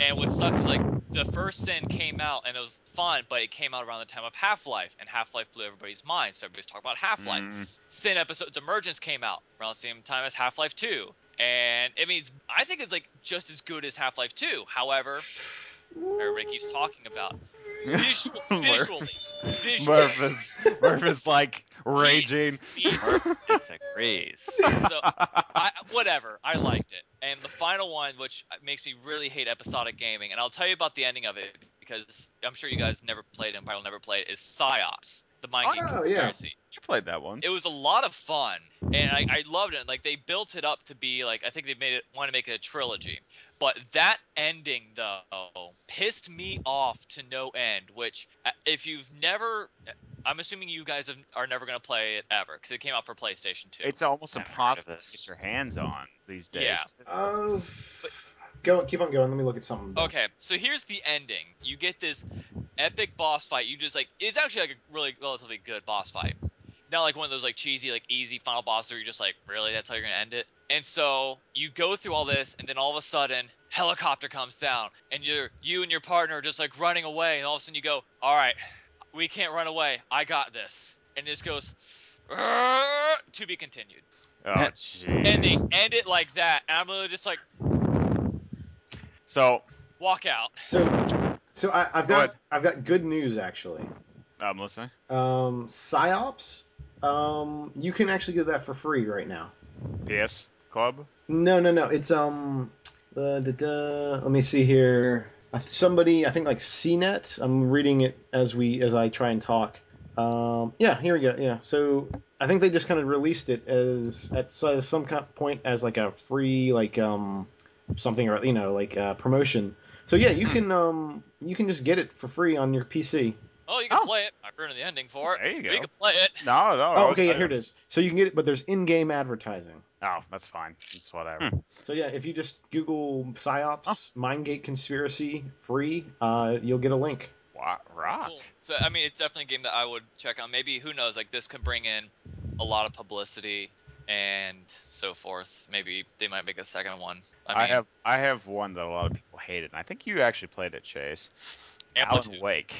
A: and what sucks is like the first Sin came out and it was fun, but it came out around the time of Half Life, and Half Life blew everybody's mind, so everybody's talking about Half Life. [LAUGHS]
D: Mm,
C: Mm-hmm.
A: Sin episodes Emergence came out around the same time as Half Life 2. And I mean, it's, I think it's like just as good as Half Life 2.
C: [SIGHS]
A: However, everybody keeps talking
C: [LAUGHS]
A: about visual,
D: Murph.
A: visually, visually.
D: Murph is Murph is like raging.
B: Disagrees.
A: so I, whatever i liked it and the final one which uh, makes me really hate episodic gaming and i'll tell you about the ending of it because i'm sure you guys never played it and probably will never play it is psyops the mind game
C: Oh, yeah.
A: conspiracy
D: You played that one.
A: it was a lot of fun and I, I loved it like they built it up to be like i think they made it want to make it a trilogy but that ending though pissed me off to no end which uh, if you've never i'm assuming you guys have, are never going to play it ever because it came out for playstation 2
D: It's almost
B: I've heard of
D: impossible
B: it.
D: to get your hands on these days.
A: Yeah. [LAUGHS]
C: Oh. Go. Keep on going. Let me look at something.
A: Okay, so here's the ending. You get this epic boss fight. You just like it's actually like a really relatively good boss fight. Not like one of those like cheesy like easy final bosses where you're just like really that's how you're gonna end it. And so you go through all this, and then all of a sudden helicopter comes down and you're you and your partner are just like running away and all of a sudden you go all right we can't run away i got this and this goes "Arrgh," to be continued
D: Oh, jeez.
A: and they end it like that and i'm really just like
D: So
A: walk out
C: So, so I, I've
D: Go
C: got
D: ahead.
C: I've got good news actually.
D: I'm listening.
C: Um, psyops, um, you can actually get that for free right now.
D: PS Club.
C: No, no, no. It's um, uh, da, da, let me see here. Uh, Somebody, I think like CNET. I'm reading it as we as I try and talk. Um, yeah, here we go. Yeah, so I think they just kind of released it as at so- some kind of point as like a free like um something or you know like uh, promotion. So yeah, you can um you can just get it for free on your PC.
A: oh you can
D: Oh.
A: play it i ruined the ending for it
D: There you
A: But you
D: go.
A: can play it
D: No, no.
C: Oh, okay, yeah, here it is. So you can get it, but there's in-game advertising.
D: Oh, that's fine. It's whatever.
A: Hmm.
C: So yeah, if you just Google psyops,
A: Oh.
C: Mindgate conspiracy free, uh, you'll get a link.
D: Wa- rock.
A: Cool. So I mean, it's definitely a game that I would check on. Maybe who knows? Like this could bring in a lot of publicity and so forth. Maybe they might make a second one. I, mean,
D: I have I have one that a lot of people hate it, and I think you actually played it, Chase. Alan
A: Amplitude.
D: Wake.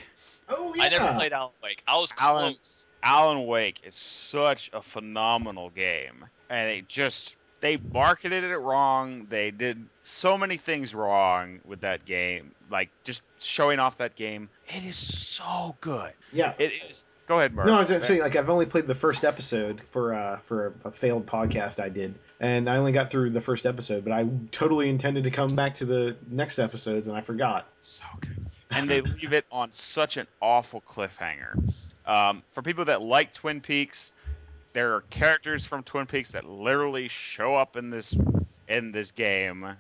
C: Oh
A: I never played Alan Wake. I was
D: Alan-
A: close.
D: Alan Wake is such a phenomenal game, and they just they marketed it wrong. They did so many things wrong with that game, like just showing off that game. It is so good.
C: Yeah.
D: It is. Go ahead, Mark.
C: No, I was gonna say like I've only played the first episode for uh, for a failed podcast I did, and I only got through the first episode, but I totally intended to come back to the next episodes, and I forgot.
D: So good. And they leave it on such an awful cliffhanger. Um, for people that like Twin Peaks, there are characters from Twin Peaks that literally show up in this in this game. Um,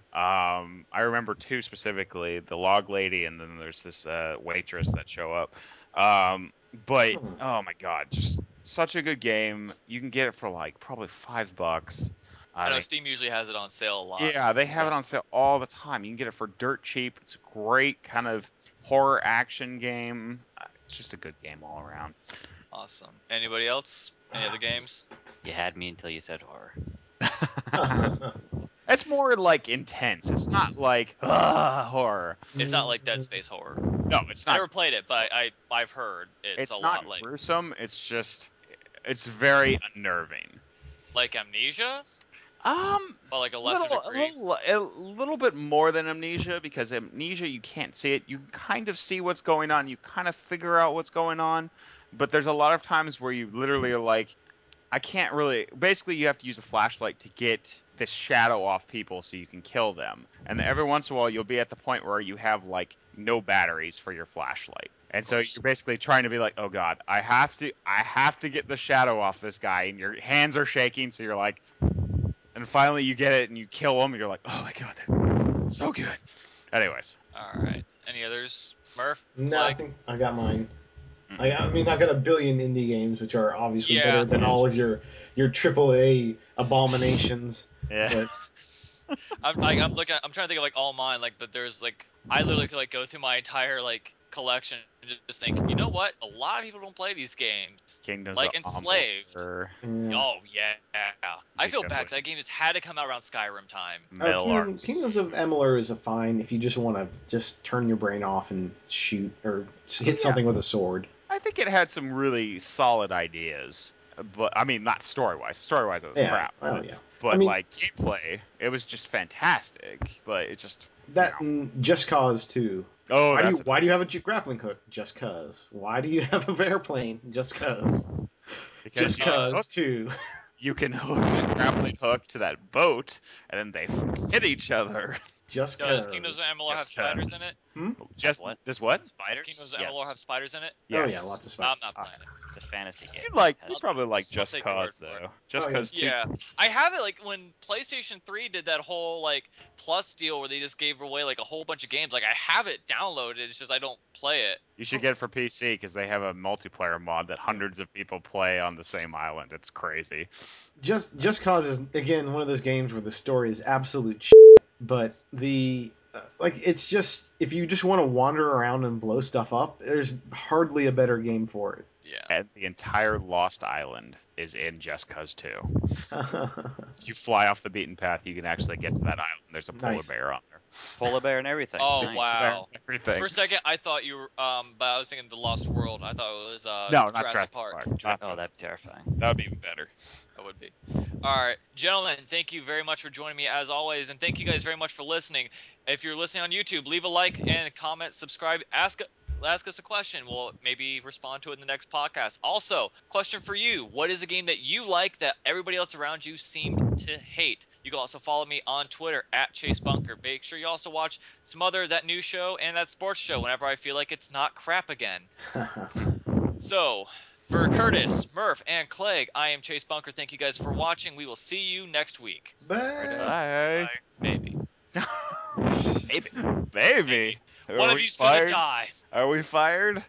D: I remember two specifically: the log lady, and then there's this uh, waitress that show up. Um, but
C: Hmm.
D: oh my god, just such a good game. You can get it for like probably five bucks.
A: I know
D: mean,
A: Steam usually has it on sale a lot.
D: yeah, they have it on sale all the time. You can get it for dirt cheap. It's a great kind of horror action game. Uh, It's just a good game all around.
A: Awesome. Anybody else? Any other games?
B: You had me until you said horror.
D: It's more like intense. It's not like uh, horror.
A: [LAUGHS] It's not like Dead Space horror.
D: No, it's
A: I
D: not.
A: never played it, but I I've heard it's,
D: It's,
A: a
D: not
A: lot like
D: gruesome. It's just, it's very unnerving.
A: like Amnesia,
D: Um,
A: but like a lesser
D: little, a
A: degree.
D: little, a little bit more than amnesia because amnesia you can't see it. You kind of see what's going on. You kind of figure out what's going on, but there's a lot of times where you literally are like, I can't really. Basically, you have to use the flashlight to get the shadow off people so you can kill them. And every once in a while, you'll be at the point where you have like no batteries for your flashlight. And so you're basically trying to be like, "Oh God, I have to, I have to get the shadow off this guy." And your hands are shaking, so you're like, and finally you get it and you kill him. And you're like, "Oh my God, they're so good." Anyways,
A: All right. Any others? Murph.
C: no, I
A: Flag?
C: think I got mine. I, I mean, I've got a billion indie games, which are obviously
A: Mm. Yeah.
C: better than all of your your AAA
A: [LAUGHS]
C: abominations.
D: yeah,
C: But
A: I'm like I'm looking. I'm trying to think of like all mine. Like, but there's like I literally could like go through my entire like collection and ju- just think, you know what? A lot of people don't play these games.
D: Kingdoms
A: Like
D: of
A: Enslaved.
D: Amalur,
C: yeah.
A: Oh yeah. I
D: Big
A: feel
D: fan
A: bad
D: boy.
A: 'cause that game just had to come out around Skyrim time.
C: Uh,
D: Metal
C: Kingdom,
D: Arts.
C: Kingdoms of Amalur is a fine if you just want to just turn your brain off and shoot or s- hit
D: Yeah.
C: something with a sword.
D: I think it had some really solid ideas, but I mean, not story wise. Story wise, it was
C: Yeah.
D: crap.
C: Oh yeah.
D: But
C: I mean-
D: like gameplay, it was just fantastic. But it just
C: That
D: you know.
C: and Just Cause too.
D: oh,
C: why do you,
D: that's
C: why do you have a j- grappling hook? Just cause. Why do you [LAUGHS] have a airplane? Just cause.
D: because
C: Just
D: you,
A: uh,
D: can
C: cause
D: hook,
C: too. [LAUGHS]
D: you can hook a grappling hook to that boat, and then they f- hit each other.
C: Just
A: Does
C: cause.
A: Kingdoms of Amalur have
D: Just
A: spiders in it?
D: Just
B: What?
D: this what?
A: Does
B: Spiders?
A: Kingdoms of
D: Yes.
A: Amalur have spiders in it?
C: Oh
D: Yes.
C: yeah, lots of
A: I'm
C: spiders.
A: not playing it.
B: It's a [LAUGHS] fantasy game.
D: You like
B: Has-
D: you probably like
A: I'll
D: Just
A: take your word
D: Cause
A: for it.
D: though. Just
C: Oh, yeah.
D: Cause two.
A: Yeah, I have it. Like when PlayStation 3 did that whole like plus deal where they just gave away like a whole bunch of games. Like I have it downloaded. It's just I don't play it.
D: You should get it for PC because they have a multiplayer mod that hundreds of people play on the same island. It's crazy.
C: Just Just Cause is again one of those games where the story is absolute sh- but the uh, like it's just if you just want to wander around and blow stuff up, there's hardly a better game for it. [LAUGHS]
A: Yeah.
D: And uh, the entire Lost Island is in Just Cause 2. If you fly off the beaten path, you can actually get to that island. There's a polar
C: Nice.
D: bear on there.
B: Polar bear and everything.
A: Oh
B: Nice.
A: wow.
D: Everything.
A: For a second, I thought you were, um, but I was thinking the Lost World. I thought it was uh,
D: no, not
A: Jurassic, Park.
D: Not
B: Oh,
D: Jurassic-
B: that'd be terrifying.
D: that would be even better.
A: That would be. All right, gentlemen, thank you very much for joining me as always, and thank you guys very much for listening. If you're listening on YouTube, leave a like and a comment, subscribe, ask ask us a question. We'll maybe respond to it in the next podcast. Also, question for you: What is a game that you like that everybody else around you seemed to hate? You can also follow me on Twitter at Chase Bunker. Make sure you also watch some other that new show and that sports show whenever I feel like it's not crap again. So, for Curtis, Murph, and Clegg, I am Chase Bunker. Thank you guys for watching. We will see you next week.
C: Bye.
D: Bye.
A: Maybe.
B: Maybe.
D: Baby. Are
A: One of
D: we
A: you's
D: fired?
A: gonna die.
D: Are we fired?